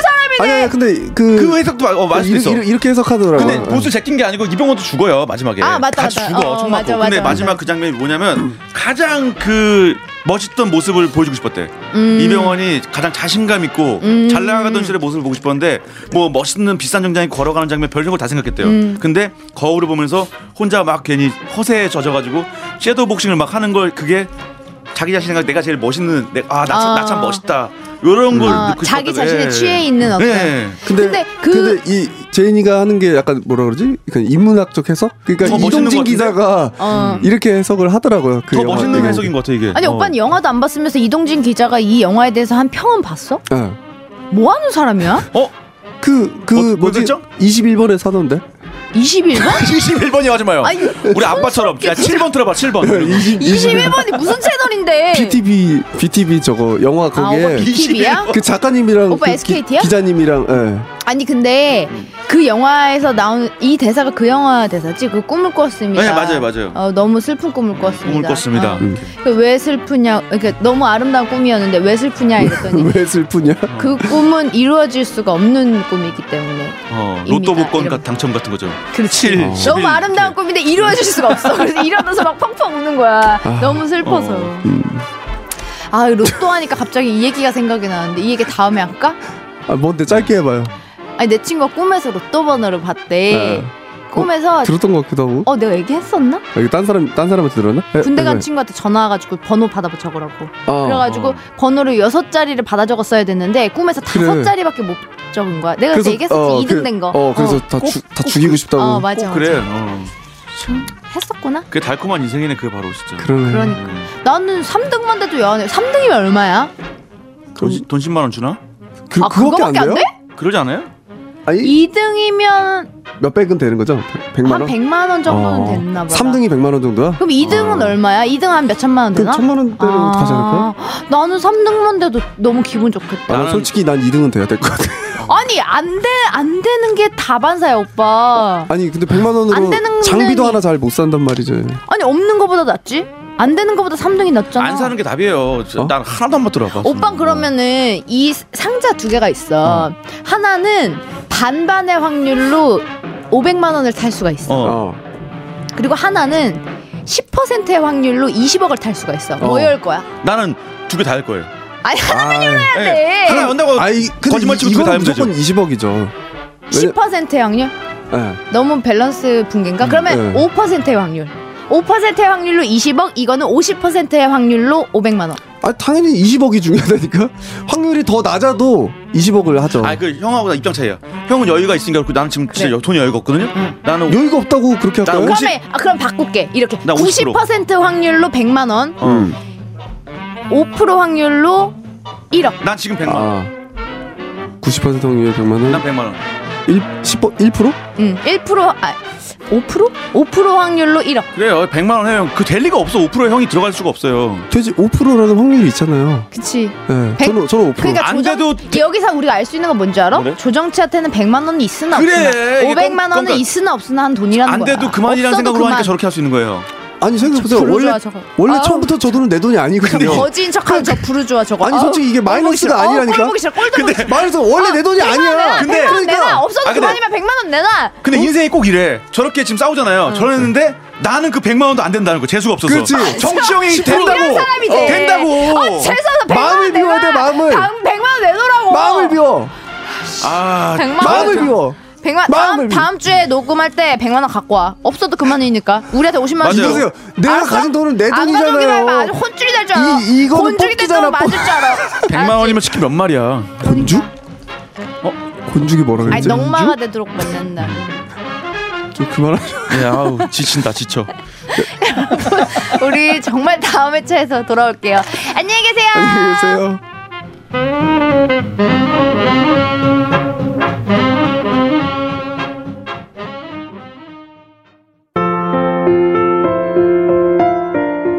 A: 아니, 아니 근데
C: 그
A: 그,
C: 해석도 마- 어, 맞을 수 있어.
A: 이렇게, 이렇게 해석하더라고.
C: 근데 보스 제낀 게 아니고 이병헌도 죽어요 마지막에.
B: 아, 맞다,
C: 같이
B: 맞다.
C: 죽어
B: 어,
C: 총
B: 맞아,
C: 맞고. 근데
B: 맞아,
C: 마지막
B: 맞아.
C: 그 장면이 뭐냐면 가장 그 멋있던 모습을 보여주고 싶었대.
B: 음.
C: 이병헌이 가장 자신감 있고
B: 음.
C: 잘 나가던 시절의 모습을 보고 싶었는데 뭐 멋있는 비싼 정장에 걸어가는 장면 별생걸 다 생각했대요.
B: 음.
C: 근데 거울을 보면서 혼자 막 괜히 허세에 젖어가지고 섀도우 복싱을 막 하는 걸 그게 자기 자신 생각 내가 제일 멋있는 아나참
B: 아.
C: 나참 멋있다 이런 걸
B: 아,
C: 넣고
B: 자기
C: 싶었다고.
B: 자신에
C: 예.
B: 취해 있는 어떤
C: 예.
A: 근데,
B: 근데
A: 근데
B: 그-
A: 이 제인이가 하는 게 약간 뭐라 그러지? 그 인문학적 해석? 그러니까
C: 더 멋있는
A: 이동진
C: 것
A: 기자가
B: 어.
A: 이렇게 해석을 하더라고요. 그
C: 더
A: 영화
C: 멋있는
A: 내용을.
C: 해석인 것 같아 이게.
B: 아니
C: 어.
B: 오빠는 영화도 안 봤으면서 이동진 기자가 이 영화에 대해서 한 평은 봤어?
A: 예.
B: 뭐 하는 사람이야?
C: 어?
A: 그,
C: 어,
A: 그
C: 뭐
A: 뭐지?
C: 됐죠?
A: 21번에 사던데?
B: 21번?
C: 21번이 하지 마요.
B: 아니,
C: 우리 아빠처럼. 야, 7번 틀어봐, 7번.
A: 20,
B: 21번이 무슨 채널인데?
A: BTV, BTV 저거 영화
B: 아 오빠
A: 거기에
B: BTV야?
A: 그 작가님이랑
B: 오빠
A: 그
B: SKT
A: 기,
B: 야?
A: 기자님이랑 예.
B: 아니 근데 그 영화에서 나온 이 대사가 그 영화 대사지? 그 꿈을 꿨습니다.
C: 네, 맞아요, 맞아요.
B: 어, 너무 슬픈 꿈을 꿨습니다.
C: 꿈을 꿨습니다.
A: 음.
B: 어. 그왜 슬프냐? 그러니까 너무 아름다운 꿈이었는데 왜 슬프냐 이랬더니
A: 왜 슬프냐?
B: 그 꿈은 이루어질 수가 없는 꿈이기 때문에
C: 어,
B: 입니다.
C: 로또 복권
B: 이런-
C: 같- 당첨 같은 거죠. 그렇지.
B: 너무 아름다운 꿈인데 이루어질 수가 없어. 그래서 일어나서 막 펑펑 우는 거야.
A: 아,
B: 너무 슬퍼서.
C: 어.
A: 음.
B: 아, 이 로또 하니까 갑자기 이 얘기가 생각이 나는데 이 얘기 다음에 할까?
A: 아, 뭔데 짧게 해봐요.
B: 아니 내 친구가 꿈에서 로또 번호를 봤대.
A: 네.
B: 꿈에서
A: 들었던 것 같기도 하고.
B: 어 내가 얘기했었나?
A: 아, 이거 딴 사람 딴 사람한테 들었나? 예,
B: 군대 간
A: 예.
B: 친구한테 전화 와가지고 번호 받아 적으라고.
A: 어,
B: 그래가지고
A: 어.
B: 번호를 여섯 자리를 받아 적었어야 됐는데 꿈에서
A: 그래.
B: 다섯 자리밖에 못 적은 거야. 내가 그때 얘기했었지
A: 어,
B: 이등
A: 그-
B: 된 거.
A: 어, 그래서 다,
C: 꼭-
A: 주, 다 죽이고 싶다고.
B: 어 맞아.
C: 꼭 그래.
B: 맞아.
C: 어.
B: 했었구나.
C: 그게 달콤한 인생이네, 그게 바로 진짜.
A: 그러네.
B: 그러니까 나는 삼등만 돼도 여한해. 삼등이면 얼마야?
C: 돈, 돈 10만 원 주나?
A: 그,
B: 아,
A: 그거밖에 안
B: 그거밖에 안
A: 돼요?
B: 돼?
C: 그러지 않아요?
A: 아니
B: 2등이면
A: 몇백은 되는 거죠? 백
B: 한
A: 만 원? 어.
B: 100만 원 정도는 됐나 보다.
A: 3등이 100만 원 정도야?
B: 그럼 2등은 얼마야? 2등 한 몇천만 원 되나? 아.
A: 그럼 천만 원대로 가지 않을까요?
B: 나는 3등만 돼도 너무 기분 좋겠다.
A: 아, 난
C: 나는-
A: 솔직히 난 2등은 돼야 될 것 같아.
B: 아니 안 돼 안 되는 게 다반사야 오빠.
A: 아니 근데 100만
B: 안
A: 원으로
B: 되는
A: 장비도
B: 거는-
A: 하나 잘 못 산단 말이지.
B: 아니 없는 거보다 낫지? 안 되는 거보다 3등이 낫잖아.
C: 안 사는 게 답이에요. 저-
A: 어?
C: 난 하나도 안 받더라고.
B: 오빠 그러면은 이 상자 두 개가 있어. 하나는 반반의 확률로 500만 원을 탈 수가 있어.
C: 어.
A: 어.
B: 그리고 하나는 10%의 확률로 20억을 탈 수가 있어. 뭐
A: 어.
B: 열 거야?
C: 나는 두 개 다 할 거예요.
B: 아니 하나
A: 아,
B: 안
C: 예.
B: 돼.
C: 하나 연다고
A: 아이 근데
C: 거짓말 치고
A: 이-
C: 두개다
A: 이건
C: 하면 되죠.
A: 무조건 20억이죠. 예.
B: 10%의 확률? 너무 밸런스 붕괴인가? 그러면
A: 네.
B: 5%의 확률. 5%의 확률로 20억, 이거는 50%의 확률로 500만 원.
A: 아 당연히 20억이 중요하다니까. 확률이 더 낮아도 20억을 하죠.
C: 아 그 형하고 나 입장 차이야. 형은 여유가 있으니까 그렇고 나는 지금 진짜
B: 그래.
C: 여- 돈이 여유가 없거든요. 나는
A: 여유가 없다고 그렇게 할까요?
C: 나 오십-
B: 그러면 아, 그럼 바꿀게. 이렇게
C: 나 50%.
B: 90% 확률로 100만 원,
C: 음.
B: 5% 확률로 1억.
C: 난 지금 100만 원.
A: 아. 90% 확률 100만 원.
C: 난 100만 원.
A: 1 10% 1%?
B: 응. 1% 아, 5%? 5% 확률로 1억.
C: 그래요. 100만 원 해요. 그될 리가 없어. 5%에 형이 들어갈 수가 없어요.
A: 되지 5%라는 확률이 있잖아요.
B: 그치.
A: 예.
B: 백-
A: 저는 저는 5%.
B: 그러니까
C: 안
B: 조정, 여기서 우리가 알 수 있는 건 뭔지 알아?
C: 그래?
B: 조정치한테는 100만 원이 있으나
C: 그래, 이게
B: 없으나 500만
C: 껌-
B: 원은
C: 껌-
B: 있으나 없으나 한 돈이라는
C: 안
B: 거야.
C: 돼도 그만이라는
B: 없어도
C: 생각으로 하니까
B: 그만.
C: 저렇게 할 수 있는 거예요.
A: 아니 생각해 보세요.
B: 불러줘요,
A: 원래
B: 저거.
A: 원래
B: 아우.
A: 처음부터 저도는 내 돈이 아니거든요. 그러니까
B: 거지인 척하는 저 부르주아 저거.
A: 아니, 솔직히
B: 아우,
A: 이게
B: 꼴 보기
A: 마이너스가
B: 싫어.
A: 아니라니까?
B: 어, 꼴 보기 싫어. 꼴도 보기 싫어.
A: 말해서 원래 내 돈이 아니야.
B: 근데
A: 그러니까.
B: 내놔 없어도
C: 아, 근데-
B: 그만이면 100만 원 내놔.
C: 근데 인생이 꼭 이래. 저렇게 지금 싸우잖아요. 저랬는데 나는 그 100만 원도 안 된다는 거. 재수가 없어서.
A: 그렇지.
C: 정치 형이
B: 중요한
C: 된다고.
B: 사람이지.
C: 어, 된다고.
B: 어, 최소한 100만
A: 마음을
B: 원
A: 비워야
B: 내놔.
A: 돼, 마음을.
B: 다음 100만 원 내놓으라고.
A: 마음을 비워.
C: 아,
B: 100만
A: 마음을 비워.
B: 100만 다음,
A: 마음을 비-
B: 다음 주에 녹음할 때 100만 원 갖고 와. 없어도 그만이니까. 우리한테 50만 원
C: 맞아요.
B: 주고.
A: 이보세요. 내가
B: 알았어?
A: 가진 돈은 내
B: 안
A: 돈이잖아요.
B: 가져오기만 해봐. 아주 혼쭐이 될 줄 알아.
A: 이- 이거는
B: 혼쭐이 될줄
A: 뽑기잖아,
B: 알아. 맞을 줄 알아.
C: 100만 원이면 치킨 몇 마리야?
A: 곤죽?
C: 어?
A: 곤죽이 뭐라
B: 아니
A: 그랬지?
B: 넉마가 되도록 만난다.
A: 좀 그만하자.
C: 예, 아우, 지친다, 지쳐.
B: 우리 정말 다음 회차에서 돌아올게요. 안녕히 계세요.
A: 안녕히 계세요.